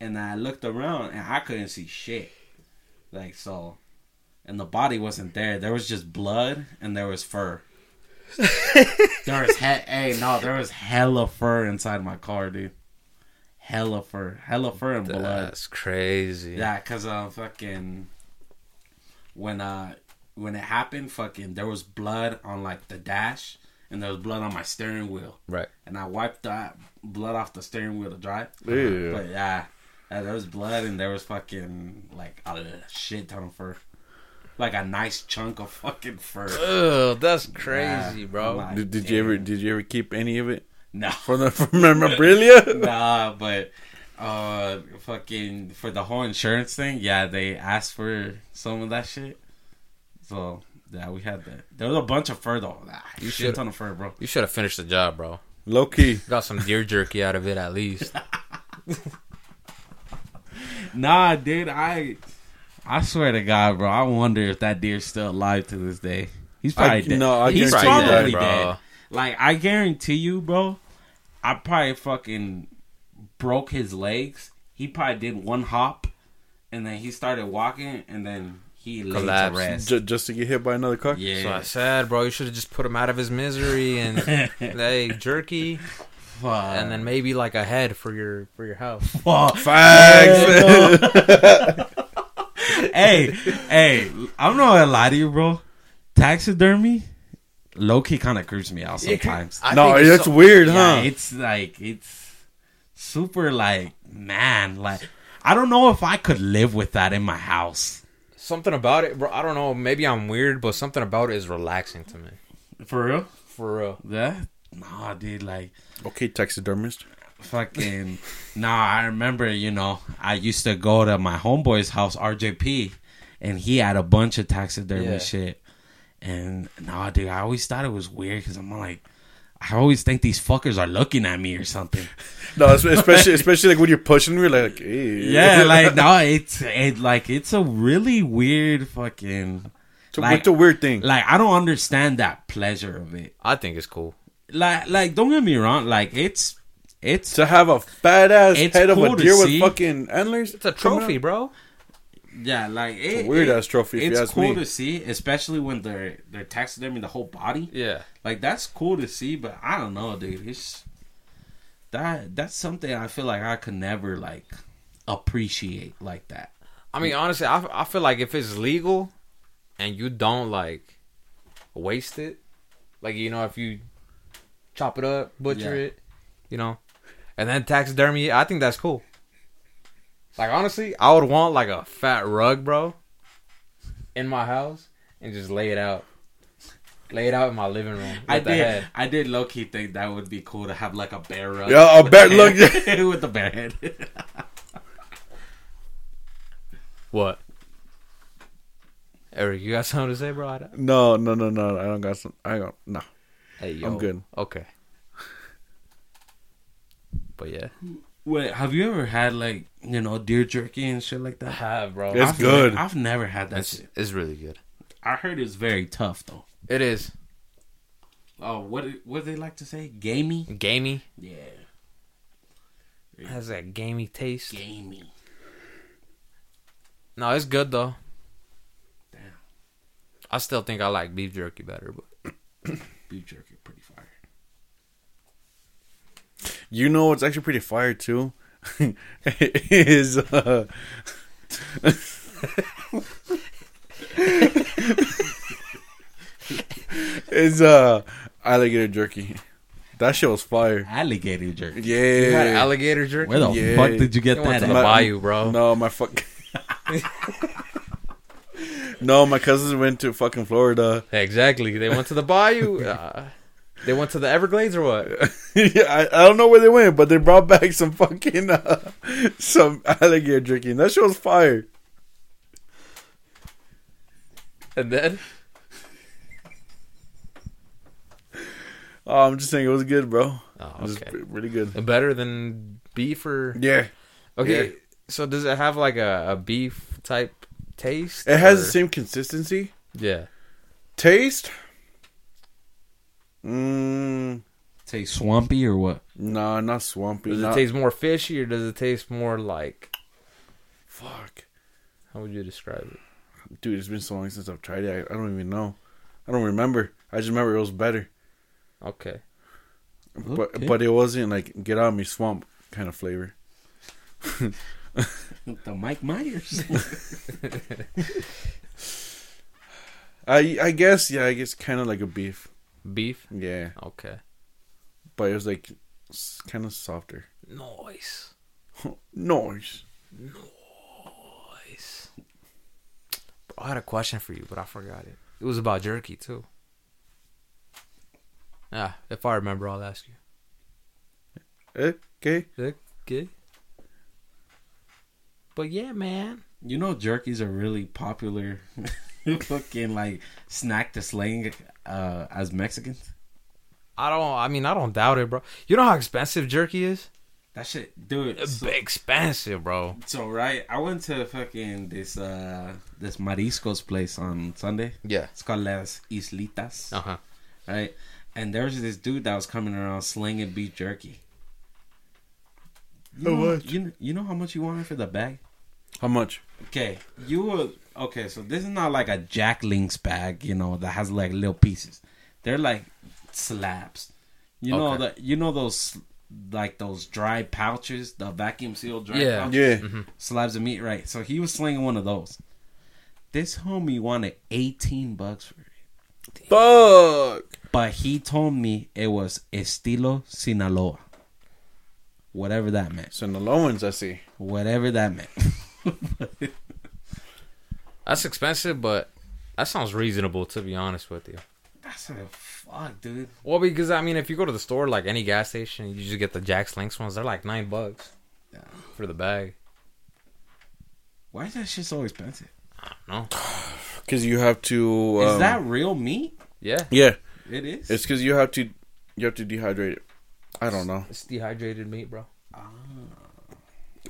B: and I looked around and I couldn't see shit. Like, so, and the body wasn't there. There was just blood and there was fur. there was, he- hey, no, there was hella fur inside my car, dude. Hella fur. Hella fur and blood.
D: That's crazy.
B: Yeah, cause uh, fucking when uh when it happened, fucking there was blood on like the dash, and there was blood on my steering wheel,
D: Right.
B: and I wiped that blood off the steering wheel to drive.
C: Ew.
B: But yeah, uh, there was blood, and there was fucking like a shit ton of fur, like a nice chunk of fucking fur.
D: Ugh, that's crazy,
B: Yeah,
D: bro.
B: I'm like,
C: Did, did you ever
B: damn.
C: Did you ever keep any of it
B: No.
C: from the from memorabilia?
B: nah, but uh, fucking for the whole insurance thing, yeah, they asked for some of that shit. So yeah, we had that. There was a bunch of fur though. Ah, you shit
D: should've-
B: ton of fur, bro.
D: You should have finished the job, bro.
C: Low key.
D: Got some deer jerky out of it at least.
B: Nah, dude, I I swear to God, bro, I wonder if that deer's still alive to this day. He's probably
C: I-
B: dead.
C: no, I
B: He's
C: guarantee
D: that,
B: probably
D: bro.
B: dead. Like I guarantee you, bro, I probably fucking broke his legs. He probably did one hop, and then he started walking, and then he laid to
D: Collapsed.
B: rest.
C: J- just to get hit by another car.
D: So I
B: Yeah,
D: said, bro, you should have just put him out of his misery and hey, jerky
B: fuck.
D: and then maybe like a head for your for your house.
B: fuck.
C: Facts.
B: hey, hey, I'm not gonna lie to you, bro. Taxidermy, low key, kind of creeps me out sometimes.
D: I
C: no,
D: think it's
C: it's
D: so-
C: weird,
B: yeah,
C: huh?
B: it's like it's super like man, like I don't know if I could live with that in my house.
D: Something about it, bro. I don't know. Maybe I'm weird, but something about it is relaxing to me.
B: For real?
D: For real.
B: Yeah. Nah, dude, like
C: okay, taxidermist.
B: fucking nah, I remember, you know, I used to go to my homeboy's house, RJP, and he had a bunch of taxidermy
D: Yeah.
B: shit. And nah, dude, I always thought it was weird because I'm like, I always think these fuckers are looking at me or something.
C: No, es- especially especially like when you're pushing, you're like, "Ew."
B: Yeah, like no, it's it like it's a really weird fucking.
C: it's a,
B: like-
C: it's a weird thing.
B: Like I don't understand that pleasure of it.
A: I think it's cool.
B: Like like don't get me wrong, like it's it's
C: to have a fat ass
B: It's
C: head
B: cool to
C: of a deer with
B: see.
C: fucking antlers.
A: It's a trophy, bro.
B: yeah like it,
C: weird
B: it-
C: ass trophy, if you
B: It's
C: ask
B: cool
C: me.
B: to see, especially when they're they're taxiderming the whole body.
A: Yeah.
B: Like that's cool to see, but I don't know, dude. It's that that's something I feel like I could never like appreciate like that.
A: I mean, honestly, I, I feel like if it's legal and you don't like waste it, like you know, if you chop it up, butcher
B: Yeah.
A: it, you know, and then taxidermy, it, I think that's cool. Like honestly, I would want like a fat rug, bro, in my house and just lay it out, lay it out in my living room.
B: I
A: with the
B: did.
A: head.
B: I did low key think that would be cool to have like a bear rug.
C: Yeah, a
B: with
C: bear-
B: the
C: look-
B: head- with the bear head.
A: What? Eric, you got something to say, bro? I-
C: No, no, no, no. I don't got some. I don't. No.
A: Hey, yo.
C: I'm good.
A: Okay. But yeah,
B: Wait, have you ever had like you know deer jerky and shit like that?
A: have bro.
C: It's
B: I've ne-
C: good.
B: I've never had that
A: It's,
B: shit.
A: it's really good.
B: I heard it's very tough though.
A: It is
B: Oh, what what do they like to say? Gamey.
A: gamey.
B: Yeah,
A: It has that gamey taste.
B: gamey.
A: No, it's good though.
B: Damn.
A: I still think I like beef jerky better, but
B: Beef jerky, pretty fire.
C: You know what's actually pretty fire too? is uh is uh alligator jerky. That shit was fire.
B: Alligator jerky.
A: you had
C: Yeah.
A: alligator jerky.
B: Where the
C: Yeah.
B: fuck did you get
A: It went
B: that
A: to
B: at?
A: the bayou, bro.
C: No, my fuck No, my cousins went to fucking Florida.
A: Exactly. They went to the bayou. uh, they went to the Everglades or what?
C: yeah, I, I don't know where they went, but they brought back some fucking uh, some alligator jerky. And that shit was fire.
A: And then
C: Oh, I'm just saying it was good, bro.
A: Oh,
C: It was
A: okay.
C: pre- really good.
A: better than beef or
C: Yeah.
A: okay.
C: Yeah.
A: So does it have like a, a beef type taste?
C: It has
A: or-
C: the same consistency.
A: Yeah.
C: Taste? Mm,
B: Taste swampy or what?
C: nah, not swampy.
A: Does
C: not-
A: it taste more fishy or does it taste more like?
C: Fuck.
A: How would you describe it?
C: Dude, it's been so long since I've tried it. I, I don't even know. I don't remember. I just remember it was better.
A: Okay.
C: But but it wasn't like get out of me swamp kind of flavor.
B: the Mike Myers.
C: I I guess, yeah, I guess kind of like a beef.
A: Beef.
C: Yeah.
A: Okay.
C: But it was like kind of softer.
A: Noise.
C: Noise.
A: Nice. Bro, I had a question for you, but I forgot it. It was about jerky too. Ah, if I remember, I'll ask you.
C: Okay.
A: Okay. But yeah, man.
B: you know, jerkies are really popular. fucking like snack to slang uh, as Mexicans.
A: I don't. I mean, I don't doubt it, bro. You know how expensive jerky is?
B: That shit,
C: Uh,
B: dude.
A: It's
B: So,
A: expensive, bro.
B: so, right, I went to fucking this uh this mariscos place on Sunday.
A: Yeah.
B: It's called Las Islitas,
A: Uh
C: Uh-huh.
A: huh.
B: right? And there was this dude that was coming around slinging beef jerky. You know,
C: How much?
B: you know, you know how much you wanted for the bag?
C: How much?
B: Okay, you were okay. So this is not like a Jack Links bag, you know, that has like little pieces. They're like slabs. You know
A: Okay.
B: the you know those like those dry pouches, the vacuum sealed dry
A: Yeah. Mm-hmm.
B: pouches,
C: Yeah.
B: slabs of meat, right? So he was slinging one of those. This homie wanted eighteen bucks for it,
C: Fuck.
B: but he told me it was estilo Sinaloa, whatever that meant,
C: Sinaloans, I see.
B: whatever that meant.
A: That's expensive, but that sounds reasonable to be honest with you.
B: That's a fuck, dude.
A: Well, because I mean, if you go to the store, like any gas station, you just get the Jack's Links ones. They're like nine bucks
B: Yeah.
A: for the bag.
B: Why is that shit so expensive?
A: No,
C: because you have to. Um,
B: Is that real meat?
A: Yeah,
C: Yeah,
B: It is.
C: it's because you have to. You have to dehydrate it. I don't know.
A: it's dehydrated meat, bro.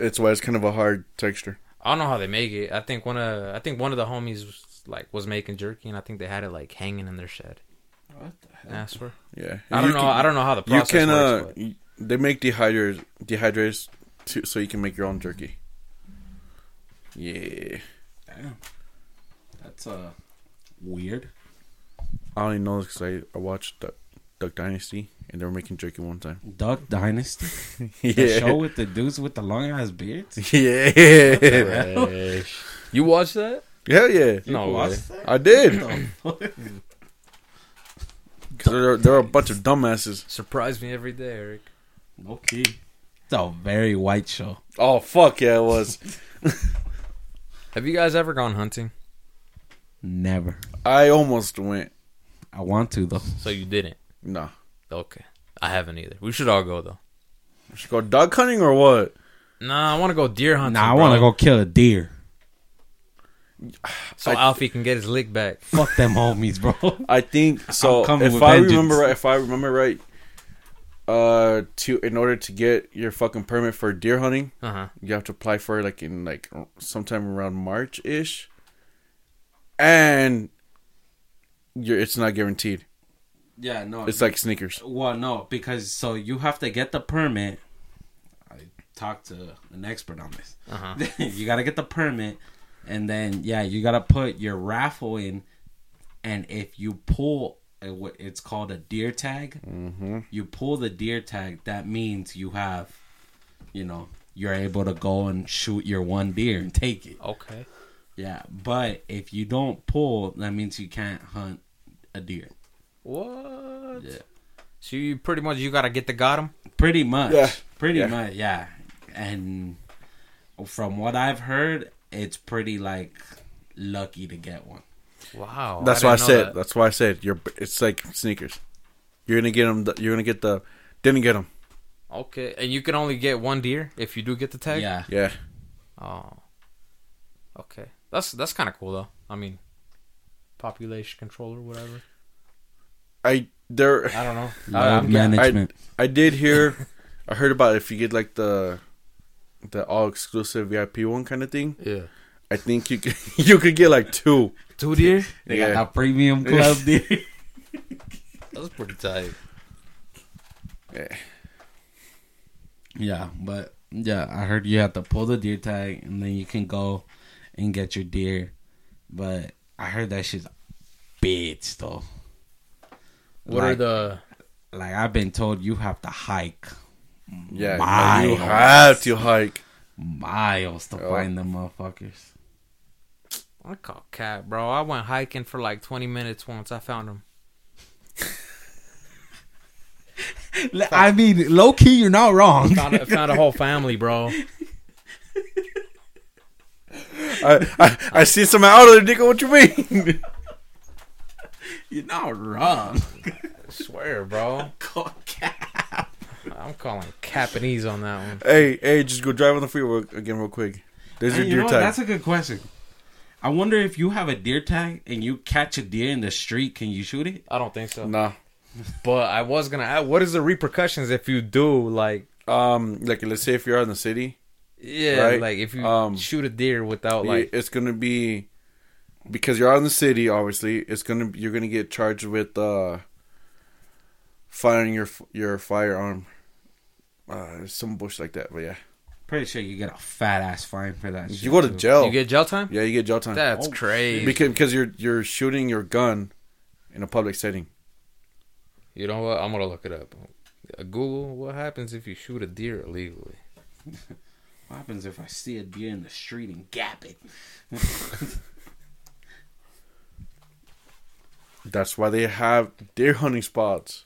C: It's why it's kind of a hard texture.
A: I don't know how they make it. I think one of I think one of the homies was, like was making jerky, and I think they had it like hanging in their shed.
B: What the hell?
A: I swear.
C: Yeah,
A: I don't
C: You
A: know.
C: can-
A: I don't know how the
C: You
A: process
C: can.
A: works.
C: Uh, y- they make dehydrated dehydrates too, so you can make your own jerky. Yeah,
B: Damn. That's uh weird.
C: I only know this because I, I watched Duck, Duck Dynasty and they were making jerky one time.
B: Duck Dynasty. The show
C: Yeah,
B: with the dudes with the long ass beards.
C: yeah,
A: but- you watched that?
C: hell Oh, yeah!
A: no way.
B: What's that?
C: I did.
B: What the fuck?
C: 'Cause There, there are a bunch of dumbasses.
A: Surprise me every day, Eric.
B: Okay. It's a very white show.
C: Oh fuck yeah, it was.
A: Have you guys ever gone hunting?
B: Never.
C: I almost went.
B: I want to though.
A: So you didn't.
C: No,
A: Okay, I haven't either. We should all go though.
C: should go duck hunting or what?
A: Nah, I want to go deer hunting.
B: Nah, I
A: want to
B: go kill a deer.
A: so
C: I-
A: Alfie can get his lick back.
B: Fuck them homies, bro.
C: I think so.
B: I'm coming
C: If
B: with
C: I
B: vengeance.
C: remember right, if I remember right, uh, to in order to get your fucking permit for deer hunting,
A: Uh huh.
C: you have to apply for it like in like sometime around March ish, and you're it's not guaranteed.
B: Yeah, no.
C: It's like sneakers.
B: well, no, because so you have to get the permit. I talked to an expert on this.
A: Uh huh.
B: you gotta get the permit, and then yeah, you gotta put your raffle in, and if you pull a- what it's called a deer tag,
C: Mm-hmm.
B: you pull the deer tag, that means you have, you know, you're able to go and shoot your one deer and take it.
A: Okay.
B: Yeah, but if you don't pull, that means you can't hunt a deer.
A: What?
B: Yeah.
A: So you pretty much you gotta get the got him.
B: Pretty much.
C: Yeah.
B: Pretty
C: Yeah.
B: much, yeah. And from what I've heard, it's pretty like lucky to get one.
A: Wow.
C: That's why I
A: Oh, didn't
C: said.
A: know that.
C: That's why I said. You're. It's like sneakers. You're gonna get them. You're gonna get the. Didn't get them.
A: Okay, and you can only get one deer if you do get the tag.
B: Yeah.
C: Yeah.
A: Oh. Okay. That's that's kind of cool though. I mean, population control or whatever.
C: I there.
A: I don't know. I,
B: Load
A: I'm not-
B: management.
C: I did hear, I heard about if you get like the, the all exclusive VIP one kind of thing.
A: yeah.
C: I think you could you could get like two.
A: Two deer.
B: They
C: Yeah.
B: got that premium club deer.
A: That's pretty tight.
B: Yeah, but yeah, I heard you have to pull the deer tag and then you can go and get your deer. But I heard that shit's bitch though.
A: What are
B: Like-
A: the?
B: Like I've been told you have to hike
C: Yeah,
B: Miles.
C: you have to hike.
B: miles to
C: Oh.
B: find them motherfuckers.
A: I call cat, bro. I went hiking for like 20 minutes once. I found him.
B: I mean, low key, you're not wrong.
A: Found a, found a whole family, bro.
C: I, I I see some out of there, nigga. What you mean?
B: You're not wrong.
A: swear, bro. I'm calling Capanese on that one.
C: hey, hey, just go drive on the freeway again real quick. There's your
B: you know
C: deer
B: what?
C: tag.
B: That's a good question. I wonder if you have a deer tag and you catch a deer in the street, can you shoot it?
A: I don't think so.
C: nah.
A: But I was gonna. ask, What is the repercussions if you do like?
C: Um, like let's say if you're out in the city,
A: Yeah,
C: Right.
A: like if you
C: Um,
A: shoot a deer without
C: like
A: like.
C: it's gonna be because you're out in the city. Obviously, it's gonna you're gonna get charged with uh firing your your firearm, uh, some bush like that. But yeah,
B: Pretty sure you get a fat ass fine for that. shit,
C: you go to
B: too.
C: jail.
A: You get jail time?
C: yeah, you get jail time
A: That's
B: Oh,
A: crazy.
C: because because you're you're shooting your gun in a public setting.
A: You know what? I'm gonna look it up. Uh, Google what happens if you shoot a deer illegally.
B: What happens if I see a deer in the street and gap it?
C: That's why they have deer hunting spots.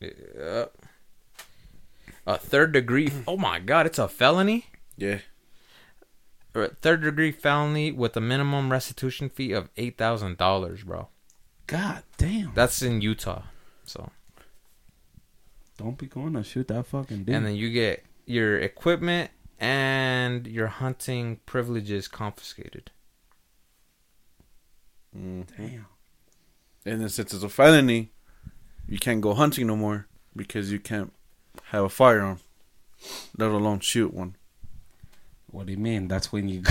A: Yeah. A third degree. Oh my god, it's a felony.
C: Yeah,
A: Or a Third degree felony with a minimum restitution fee of eight thousand dollars, bro.
B: God damn!
A: That's in Utah. So
B: Don't be going to shoot that fucking deer.
A: and then you get your equipment and your hunting privileges confiscated.
B: Damn.
C: And then since it's a felony, you can't go hunting no more because you can't have a firearm, let alone shoot one.
B: What do you mean? That's when you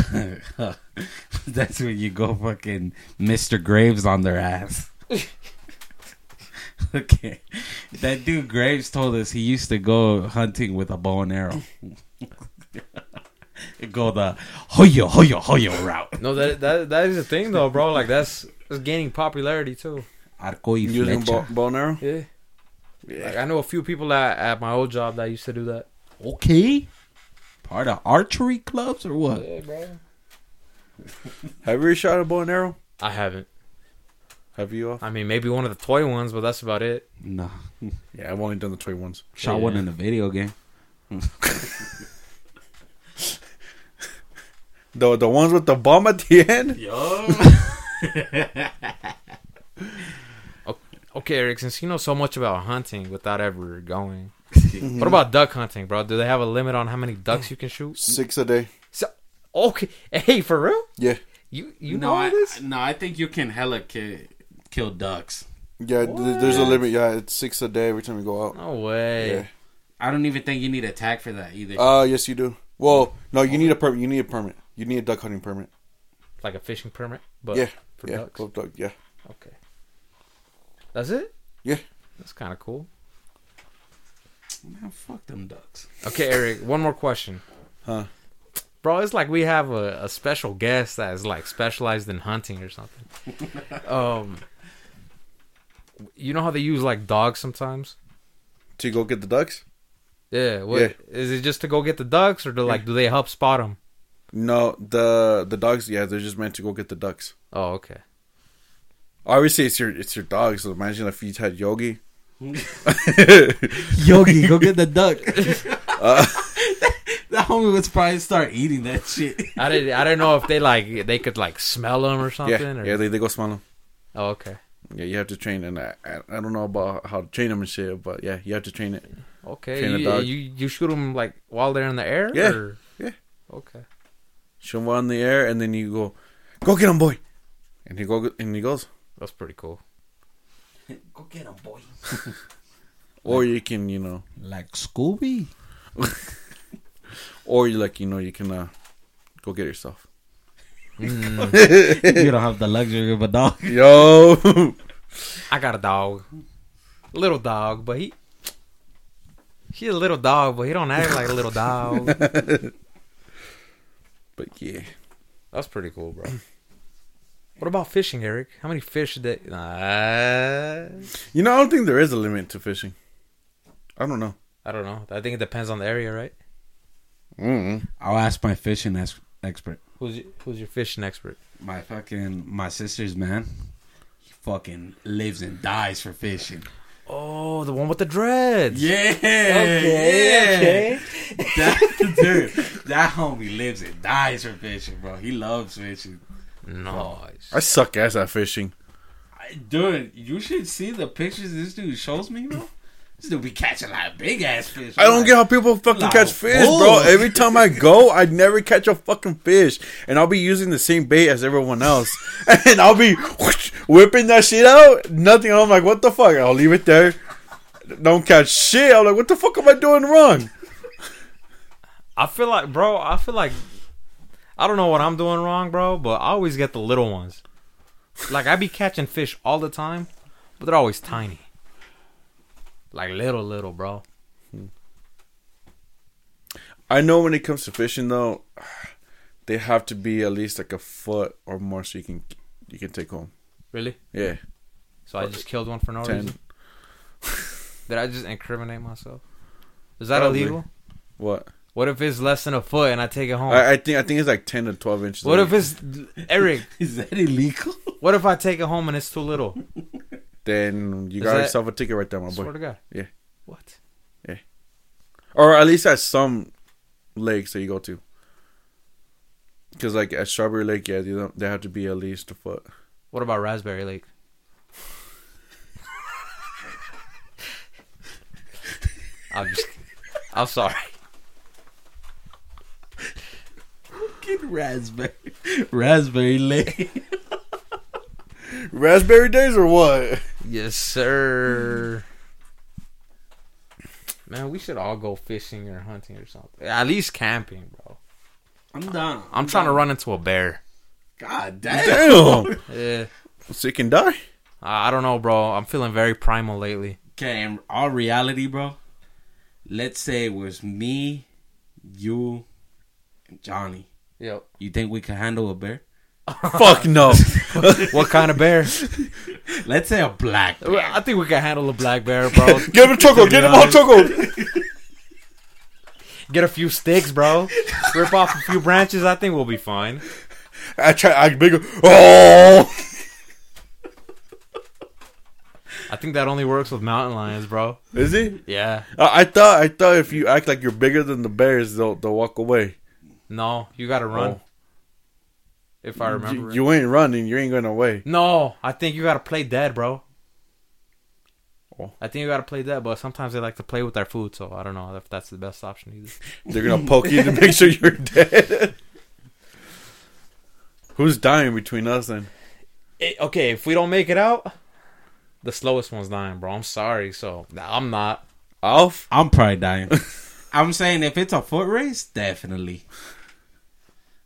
B: That's when you go fucking Mr. Graves on their ass. okay. That dude Graves told us he used to go hunting with a bow and arrow. go the hoyo hoyo hoyo route.
A: No, that that that is a thing though, bro. Like that's that's gaining popularity too.
B: Arco y
C: Using bow,
B: flecha.
C: bow and arrow?
A: Yeah. Like
C: Yeah.
A: I know a few people at, at my old job that used to do that.
B: Okay. Part of archery clubs or what?
A: bro.
C: Have you ever shot a bow and arrow?
A: I haven't.
C: Have you? Off?
A: I mean, maybe one of the toy ones, but that's about it.
B: No.
C: Yeah, I've only done the toy ones.
B: Shot
A: Yeah.
B: one in a video game.
C: The the ones with the bomb at the end.
B: Yo.
A: Okay, Eric, since you know so much about hunting without ever going, what about duck hunting, bro? Do they have a limit on how many ducks you can shoot?
C: Six a day.
A: So, okay, hey, for real?
C: Yeah,
A: You you
B: no,
A: know
B: I,
A: all this?
B: No, I think you can hella kill, kill ducks.
C: yeah. Th- there's a limit. Yeah, it's six a day every time you go out.
A: No way.
B: I don't even think you need a tag for that either.
C: Uh yes, you do. Well, no, you need a permit. You need a permit. You need a duck hunting permit.
A: Like a fishing permit, but
C: yeah,
A: for
C: yeah,
A: ducks.
C: club duck. Yeah,
A: Okay, that's it.
C: yeah.
A: That's kind of cool.
B: Man, fuck them ducks.
A: Okay, Eric, one more question.
C: Huh.
A: Bro, it's like we have a, a special guest that is like specialized in hunting or something. um, you know how they use like dogs sometimes?
C: To go get the ducks?
A: Yeah. What
C: Yeah.
A: is it just to go get the ducks, or to like do they help spot them?
C: No, the the dogs. Yeah, they're just meant to go get the ducks.
A: Oh, okay.
C: Obviously, it's your it's your dog. So imagine if you had Yogi.
B: Yogi, go get the duck. Uh. that homie would probably start eating that shit.
A: I didn't. I didn't know if they like they could like smell them or something.
C: Yeah,
A: or,
C: yeah. They, they go smell them.
A: Oh, okay.
C: Yeah, you have to train, and I, I I don't know about how to train them and shit, but yeah, you have to train it. Train
A: Okay.
C: a
A: You,
C: dog.
A: you you shoot them like while they're in the air.
C: Yeah,
A: Or?
C: yeah.
A: Okay.
C: Show them on the air, and then you go, go get him, boy. And he go and he goes,
A: That's pretty cool.
B: go get him, boy.
C: or you can you know,
B: Like Scooby.
C: or you like you know you can uh, go get yourself.
A: Mm.
B: you don't have the luxury of a dog.
C: Yo.
A: I got a dog, little dog, but he he's a little dog, but he don't act like a little dog.
C: But yeah,
A: That's pretty cool, bro. What about fishing, Eric? How many fish did they? Nah,
C: you know, I don't think there is a limit to fishing. I don't know.
A: I don't know. I think it depends on the area, right?
C: mm
B: I'll ask my fishing ex- expert.
A: Who's your, who's your fishing expert?
B: My fucking my sister's man. He fucking lives and dies for fishing.
A: Oh, the one with the dreads.
B: Yeah. yeah.
A: Okay,
B: That dude, that homie lives and dies for fishing, bro. He loves fishing.
A: Nice.
C: I suck ass at fishing.
B: I- Dude, you should see the pictures this dude shows me, bro. This dude be catching like big ass fish.
C: I don't
B: Like,
C: get how people fucking
B: Nah,
C: catch fish, bro.
B: bull.
C: Every time I go, I never catch a fucking fish, and I'll be using the same bait as everyone else, and I'll be whoosh, whipping that shit out. Nothing. I'm like, what the fuck? I'll leave it there. Don't catch shit. I'm like, what the fuck am I doing wrong?
A: I feel like, bro. I feel like I don't know what I'm doing wrong, bro. But I always get the little ones. Like I be catching fish all the time, but they're always tiny. Like little, little, bro.
C: I know when it comes to fishing though, they have to be at least like a foot or more so you can you can take home.
A: Really?
C: Yeah,
A: So I just killed one for no
C: ten.
A: reason. Did I just incriminate myself? Is that
C: Probably.
A: illegal?
C: What?
A: What if it's less than a foot and I take it home?
C: I, I think I think it's like ten to twelve inches.
A: what if it's Eric?
B: Is that illegal?
A: What if I take it home and it's too little?
C: then you
A: Is
C: got
A: that-
C: yourself a ticket right there, my
A: Swear
C: Oh,
A: to
C: boy.
A: God.
C: Yeah.
A: What?
C: Or at least at some lakes that you go to. Because like at Strawberry Lake, yeah, they don't, they have to be at least a foot.
A: What about Raspberry Lake? I'm just. I'm sorry.
B: Fucking raspberry, raspberry lake.
C: Raspberry days or what?
A: Yes, sir. Man, we should all go fishing or hunting or something. At least camping, bro.
B: I'm done.
A: I'm trying to run into a bear.
B: God damn.
C: Damn.
A: Yeah.
C: so you can die.
A: I I don't know, bro. I'm feeling very primal lately.
B: Okay, in all reality, bro. Let's say it was me, you, and Johnny.
A: Yep.
B: You think we can handle a bear?
C: Fuck no.
A: What kind of bear?
B: Let's say a black bear.
A: I think we can handle a black bear, bro.
C: Get him choco. Get him all choco.
A: Get a few sticks, bro. Rip off a few branches. I think we'll be fine.
C: I try. I bigger. Oh.
A: I think that only works with mountain lions, bro.
C: Is he?
A: Yeah.
C: I, I thought. I thought if you act like you're bigger than the bears, they'll they'll walk away.
A: No, you gotta run.
C: Oh.
A: If I remember.
C: You,
A: it.
C: you ain't running. You ain't going away.
A: no, I think you gotta play dead, bro.
C: Oh.
A: I think you gotta play dead, but sometimes they like to play with their food, so I don't know if that's the best option either.
C: They're gonna poke you to make sure you're dead. Who's dying between us and
A: It- okay, if we don't make it out, the slowest one's dying, bro. I'm sorry, so nah, I'm not.
C: Alf?
B: I'm probably dying. I'm saying if it's a foot race, definitely.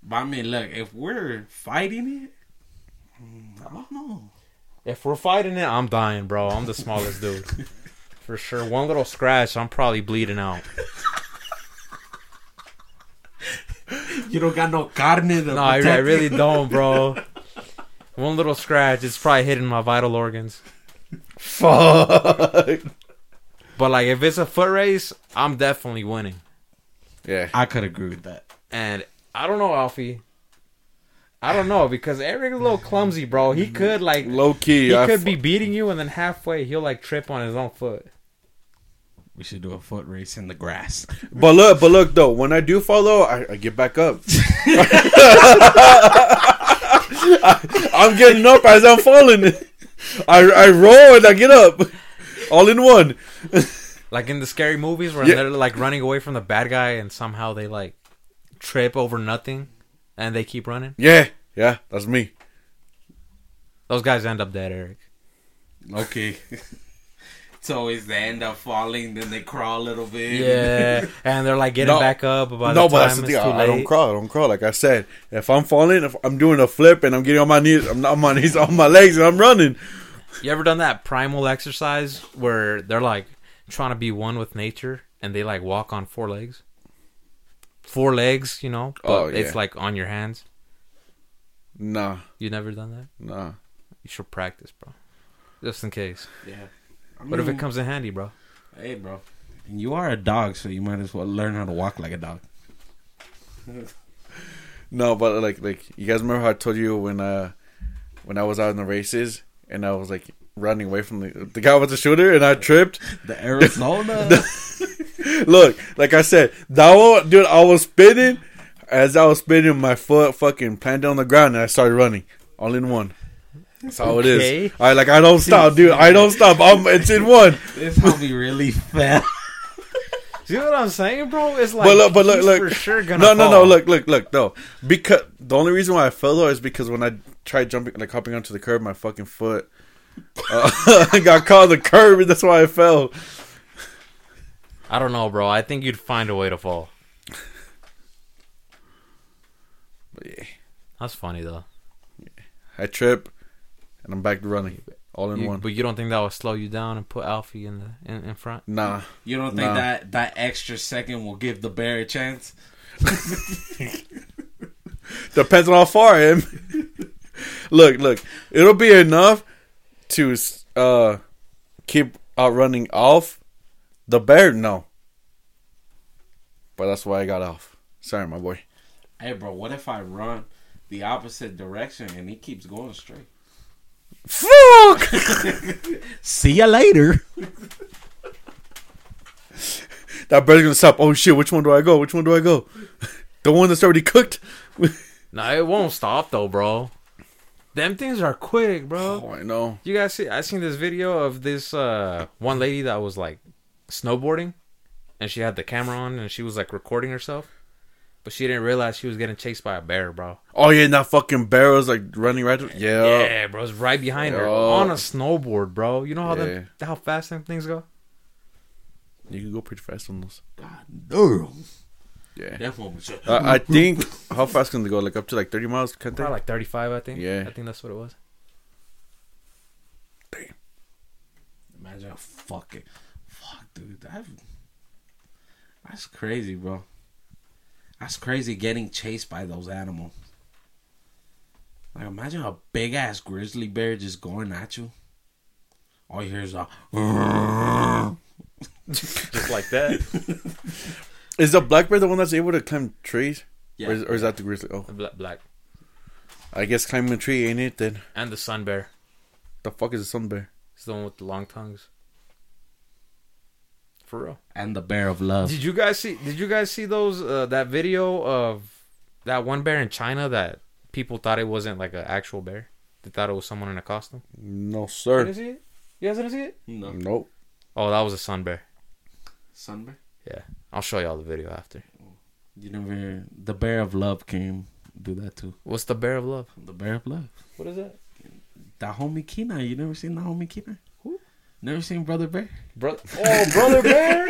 B: But I mean, look, if we're fighting it, mm, I don't know.
A: If we're fighting it, I'm dying, bro. I'm the smallest dude. For sure. One little scratch, I'm probably bleeding out.
B: You don't got no carne to
A: No, I, I
B: protect
A: really
B: you.
A: don't, bro. One little scratch, it's probably hitting my vital organs.
C: Fuck.
A: But like, if it's a foot race, I'm definitely winning.
C: Yeah.
B: I could agree with that.
A: And I don't know, Alfie. I don't know because Eric's a little clumsy, bro. He could like
C: Low key.
A: he
C: Mm-hmm. I
A: could
C: fu-
A: be beating you, and then halfway he'll like trip on his own foot.
B: We should do a foot race in the grass.
C: But look, but look though, when I do fall though, I, I get back up. I, am getting up as I'm falling. I I roll and I get up. All in one.
A: Like in the scary movies where
C: Yeah.
A: they're like running away from the bad guy, and somehow they like trip over nothing, and they keep running.
C: Yeah. Yeah, that's me.
A: Those guys end up dead, Eric.
B: Okay. It's always they end up falling, then they crawl a little bit.
A: Yeah, and they're like getting
C: No.
A: back up. By
C: no,
A: the
C: but
A: time
C: that's the
A: it's
C: thing.
A: Too
C: I,
A: late.
C: I don't crawl. I don't crawl. Like I said, if I'm falling, if I'm doing a flip and I'm getting on my knees, I'm not on my knees, on my legs, and I'm running.
A: You ever done that primal exercise where they're like trying to be one with nature and they like walk on four legs? Four legs, you know, but
C: Oh,
A: it's
C: yeah.
A: like on your hands.
C: Nah,
A: You never done that?
C: nah.
A: You should practice, bro. Just in case.
B: Yeah. I
A: What if
B: mean,
A: it comes in handy, bro?
B: Hey, bro. You are a dog, so you might as well learn how to walk like a dog.
C: No, but like like you guys remember how I told you when uh when I was out in the races and I was like running away from the the guy with the shooter and I tripped.
B: The Arizona.
C: Look, like I said, that one dude I was spinning as I was spinning my foot fucking planted on the ground and I started running. All in one. That's how it
A: Okay.
C: is. I like I don't stop, dude. I don't stop. I'm it's in one.
B: this homie really fell.
A: See what I'm saying, bro? It's like
C: but look, but look,
A: he's for
C: look.
A: sure gonna
C: no, no, no.
A: fall.
C: Look, look, look. No, because the only reason why I fell though is because when I tried jumping, like hopping onto the curb, my fucking foot uh, got caught on the curb, and that's why I fell.
A: I don't know, bro. I think you'd find a way to fall.
C: But yeah,
A: That's funny though.
C: I trip, and I'm back to running, all in
A: You-
C: one.
A: but you don't think that would slow you down and put Alfie in the in, in front?
C: Nah,
B: You don't think
C: Nah.
B: that that extra second will give the bear a chance?
C: depends on how far I am. look, look. It'll be enough to uh keep outrunning off the bear. No, but that's why I got off. Sorry, my boy.
B: Hey, bro, what if I run the opposite direction and he keeps going straight?
C: Fuck!
B: See ya later.
C: that bird's gonna stop. Oh shit, which one do I go? Which one do I go? The one that's already cooked?
A: No, it won't stop though, bro. Them things are quick, bro.
C: Oh, I know.
A: You guys see? I seen this video of this uh, one lady that was like snowboarding, and she had the camera on and she was like recording herself, But she didn't realize she was getting chased by a bear, bro.
C: Oh yeah, and that fucking bear was like running right. To- yeah.
A: Yeah, bro, it's right behind her
C: Oh.
A: on a snowboard, bro. You know how them, how fast them things go.
C: you can go pretty fast on those.
B: Damn.
C: Yeah,
B: That woman said,
C: Uh, I think how fast can they go? Like up to like thirty miles? Can't they?
A: Probably like thirty five, I think.
C: Yeah.
A: I think that's what it was.
B: imagine fucking, fuck, dude, that, that's crazy, bro. That's crazy getting chased by those animals. Like, imagine a big ass grizzly bear just going at you. All you hear is a.
A: Just like that.
C: Is the black bear the one that's able to climb trees?
B: Yeah.
C: Or is, or is that the grizzly? Oh,
A: black, black.
C: I guess climbing a tree ain't it then.
A: And the sun bear.
C: The fuck is a sun bear?
A: It's the one with the long tongues. For real.
B: And the bear of love.
A: Did you guys see? Did you guys see those? Uh, that video of that one bear in China that people thought it wasn't like an actual bear. They thought it was someone in a costume.
C: No
A: You didn't
C: sir.
A: see it? You guys didn't see it?
B: No.
C: Nope.
A: Oh, that was a sun bear.
B: Sun bear?
A: Yeah, I'll show y'all the video after.
B: You never. The bear of love came do that too.
A: What's the bear of love?
B: The bear of love.
A: What is that,
B: Dahomey Kina. You never seen Dahomey Kina? Who? Never seen Brother Bear?
A: brother? Oh, brother bear!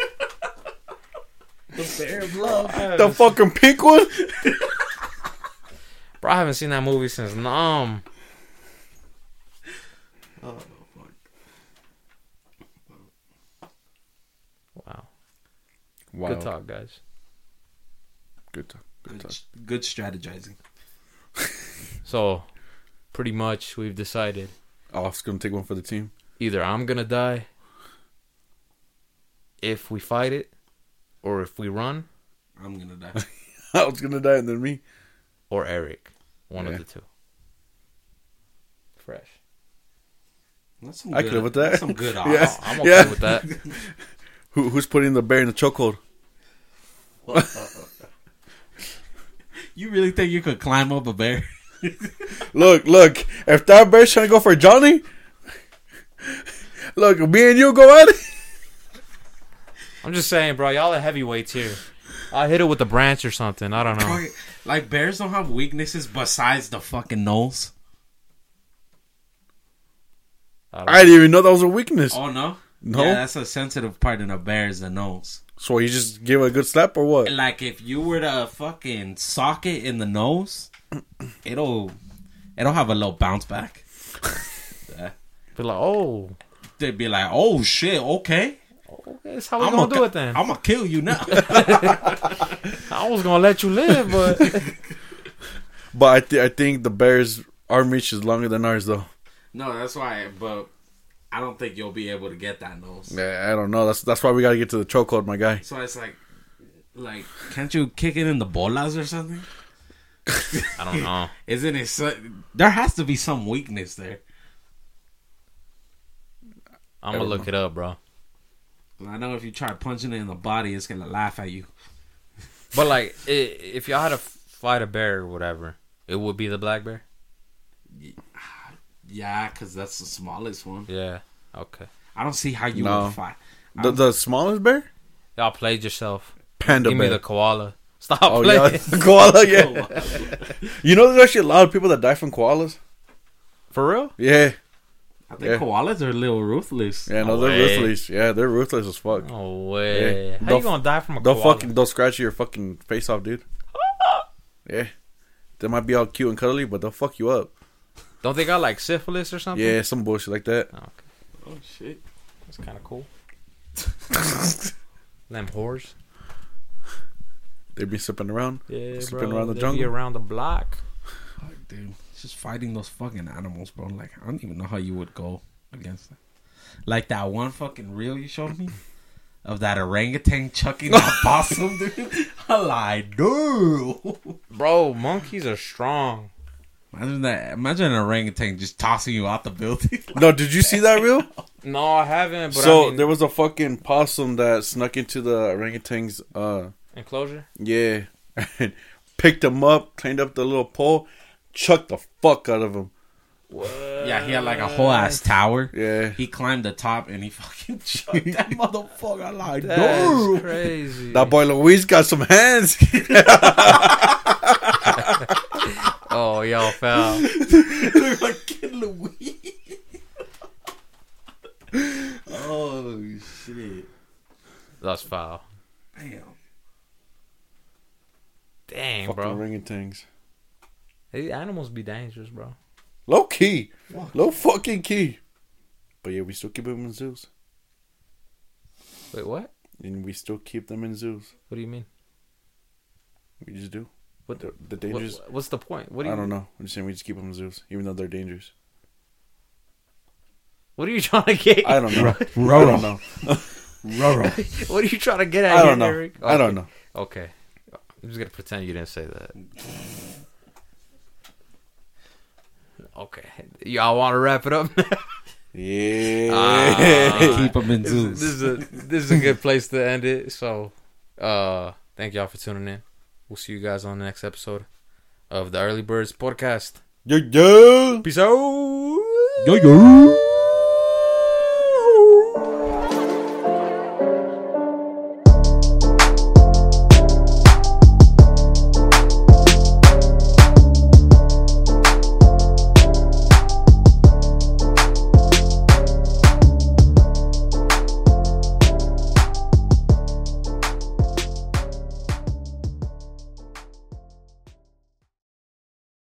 B: The Bear of Love.
C: The fucking pink one.
A: Bro, I haven't seen that movie since Nom.
B: Oh, fuck.
A: Wow.
C: Wow.
A: Good talk, guys.
C: Good talk. Good
B: Good,
C: talk.
B: good strategizing.
A: So, pretty much, we've decided
C: Oh, it's gonna take one for the team.
A: either I'm gonna die if we fight it, or if we run,
B: I'm gonna die.
C: I was gonna die and then me.
A: or Eric. One
C: Yeah.
A: of the two. Fresh.
B: That's some
C: I
B: good-
C: could live with that.
B: That's some good odds.
C: Yeah.
A: I'm okay
C: Yeah.
A: with that.
C: Who, who's putting the bear in the chokehold?
B: You really think you could climb up a bear?
C: Look, look. If that bear's trying to go for Johnny, look, me and you go at it.
A: I'm just saying, bro. Y'all are heavyweights here. I hit it with a branch or something. I don't know.
B: Like- like bears don't have weaknesses besides the fucking nose.
A: I don't
C: I didn't even know that was a weakness.
B: Oh no.
C: No?
B: Yeah, that's a sensitive part in a bear is the nose.
C: So you just give a good slap or what?
B: Like if you were to fucking sock it in the nose, it'll it'll have a little bounce back.
A: Be like, oh,
B: They'd be like, "Oh shit, okay."
A: that's how we gonna do it then.
B: I'm gonna kill you now.
A: I was gonna let you live, but
C: But I, th- I think the bear's arm reach is longer than ours, though.
B: no, that's why. But I don't think you'll be able to get that nose.
C: Yeah, I don't know. That's that's why we gotta get to the chokehold, my guy.
B: So it's like, like, can't you kick it in the bolas or something?
A: I don't know.
B: Isn't it? So, there has to be some weakness there.
A: I'm gonna look it up, bro.
B: I know if you try punching it in the body, it's gonna laugh at you.
A: But like, i if y'all had to fight a bear or whatever, it would be the black bear.
B: Yeah, because that's the smallest one.
A: Yeah. Okay.
B: I don't see how you
C: No.
B: would fight. I
C: The,
B: don't-
C: the smallest bear,
A: Y'all played yourself.
C: panda
A: Give me
C: bear.
A: the koala. Stop
C: oh yeah,
A: playing.
C: the koala. Yeah, you know there's actually a lot of people that die from koalas.
A: For real?
C: Yeah,
B: I think
C: yeah.
B: koalas are a little ruthless.
C: yeah, no,
A: No
C: they're
A: way.
C: ruthless. Yeah, they're ruthless as fuck.
A: No way.
C: Yeah.
A: How
C: They'll
A: you gonna die from a
C: They'll
A: koala?
C: fucking they'll scratch your fucking face off, dude. yeah, they might be all cute and cuddly, but they'll fuck you up.
A: Don't they got like syphilis or something?
C: Yeah, some bullshit like that.
A: Oh, okay.
B: Oh shit!
A: That's kind of cool. Them whores.
C: They be slipping around.
A: Yeah,
C: Slipping
A: bro.
C: around the
A: they Be
C: jungle.
A: around the block.
B: Fuck, dude, it's just fighting those fucking animals, bro. Like I don't even know how you would go against that. Like that one fucking reel you showed me of that orangutan chucking that possum, dude. I like, dude.
A: Bro, monkeys are strong.
B: Imagine that. Imagine an orangutan just tossing you out the building.
C: No, did you see that reel?
A: No, I haven't. But
C: so
A: I mean,
C: there was a fucking possum that snuck into the orangutan's uh
A: enclosure.
C: yeah, picked him up, cleaned up the little pole, chucked the fuck out of him.
B: Yeah, he had like a whole ass tower.
C: Yeah.
B: He climbed the top and he fucking shot that motherfucker like
A: That's
B: dude.
A: crazy.
C: That boy Luis got some hands.
A: Oh, y'all foul.
B: Look like Kid Louis. oh shit!
A: That's foul.
B: Damn.
A: Dang,
C: Fucking
A: bro.
C: orangutans.
A: These animals be dangerous, bro.
C: Low key. Low fucking key. But yeah, we still keep them in zoos.
A: Wait, what?
C: And we still keep them in zoos.
A: What do you mean?
C: We just do.
A: What
C: The, the
A: What-
C: dangers.
A: what's the point? What do you?
C: I don't know. I'm just saying we just keep them in zoos, even though they're dangerous.
A: What are you trying to get?
C: I don't know. I
B: Roro.
C: don't know.
B: Roro.
A: what are you trying to get at?
C: I don't
A: here,
C: know.
A: Eric?
C: I don't know.
A: Okay, I'm just gonna pretend you didn't say that. Okay, y'all want to wrap it up?
C: Yeah.
A: Ah.
B: Keep him in
A: this, is,
B: zoos.
A: this is a this is a good place to end it. So, uh, thank y'all for tuning in. We'll see you guys on the next episode of the Early Birds Podcast.
C: Yo, yo.
A: Peace out.
B: Yo yo.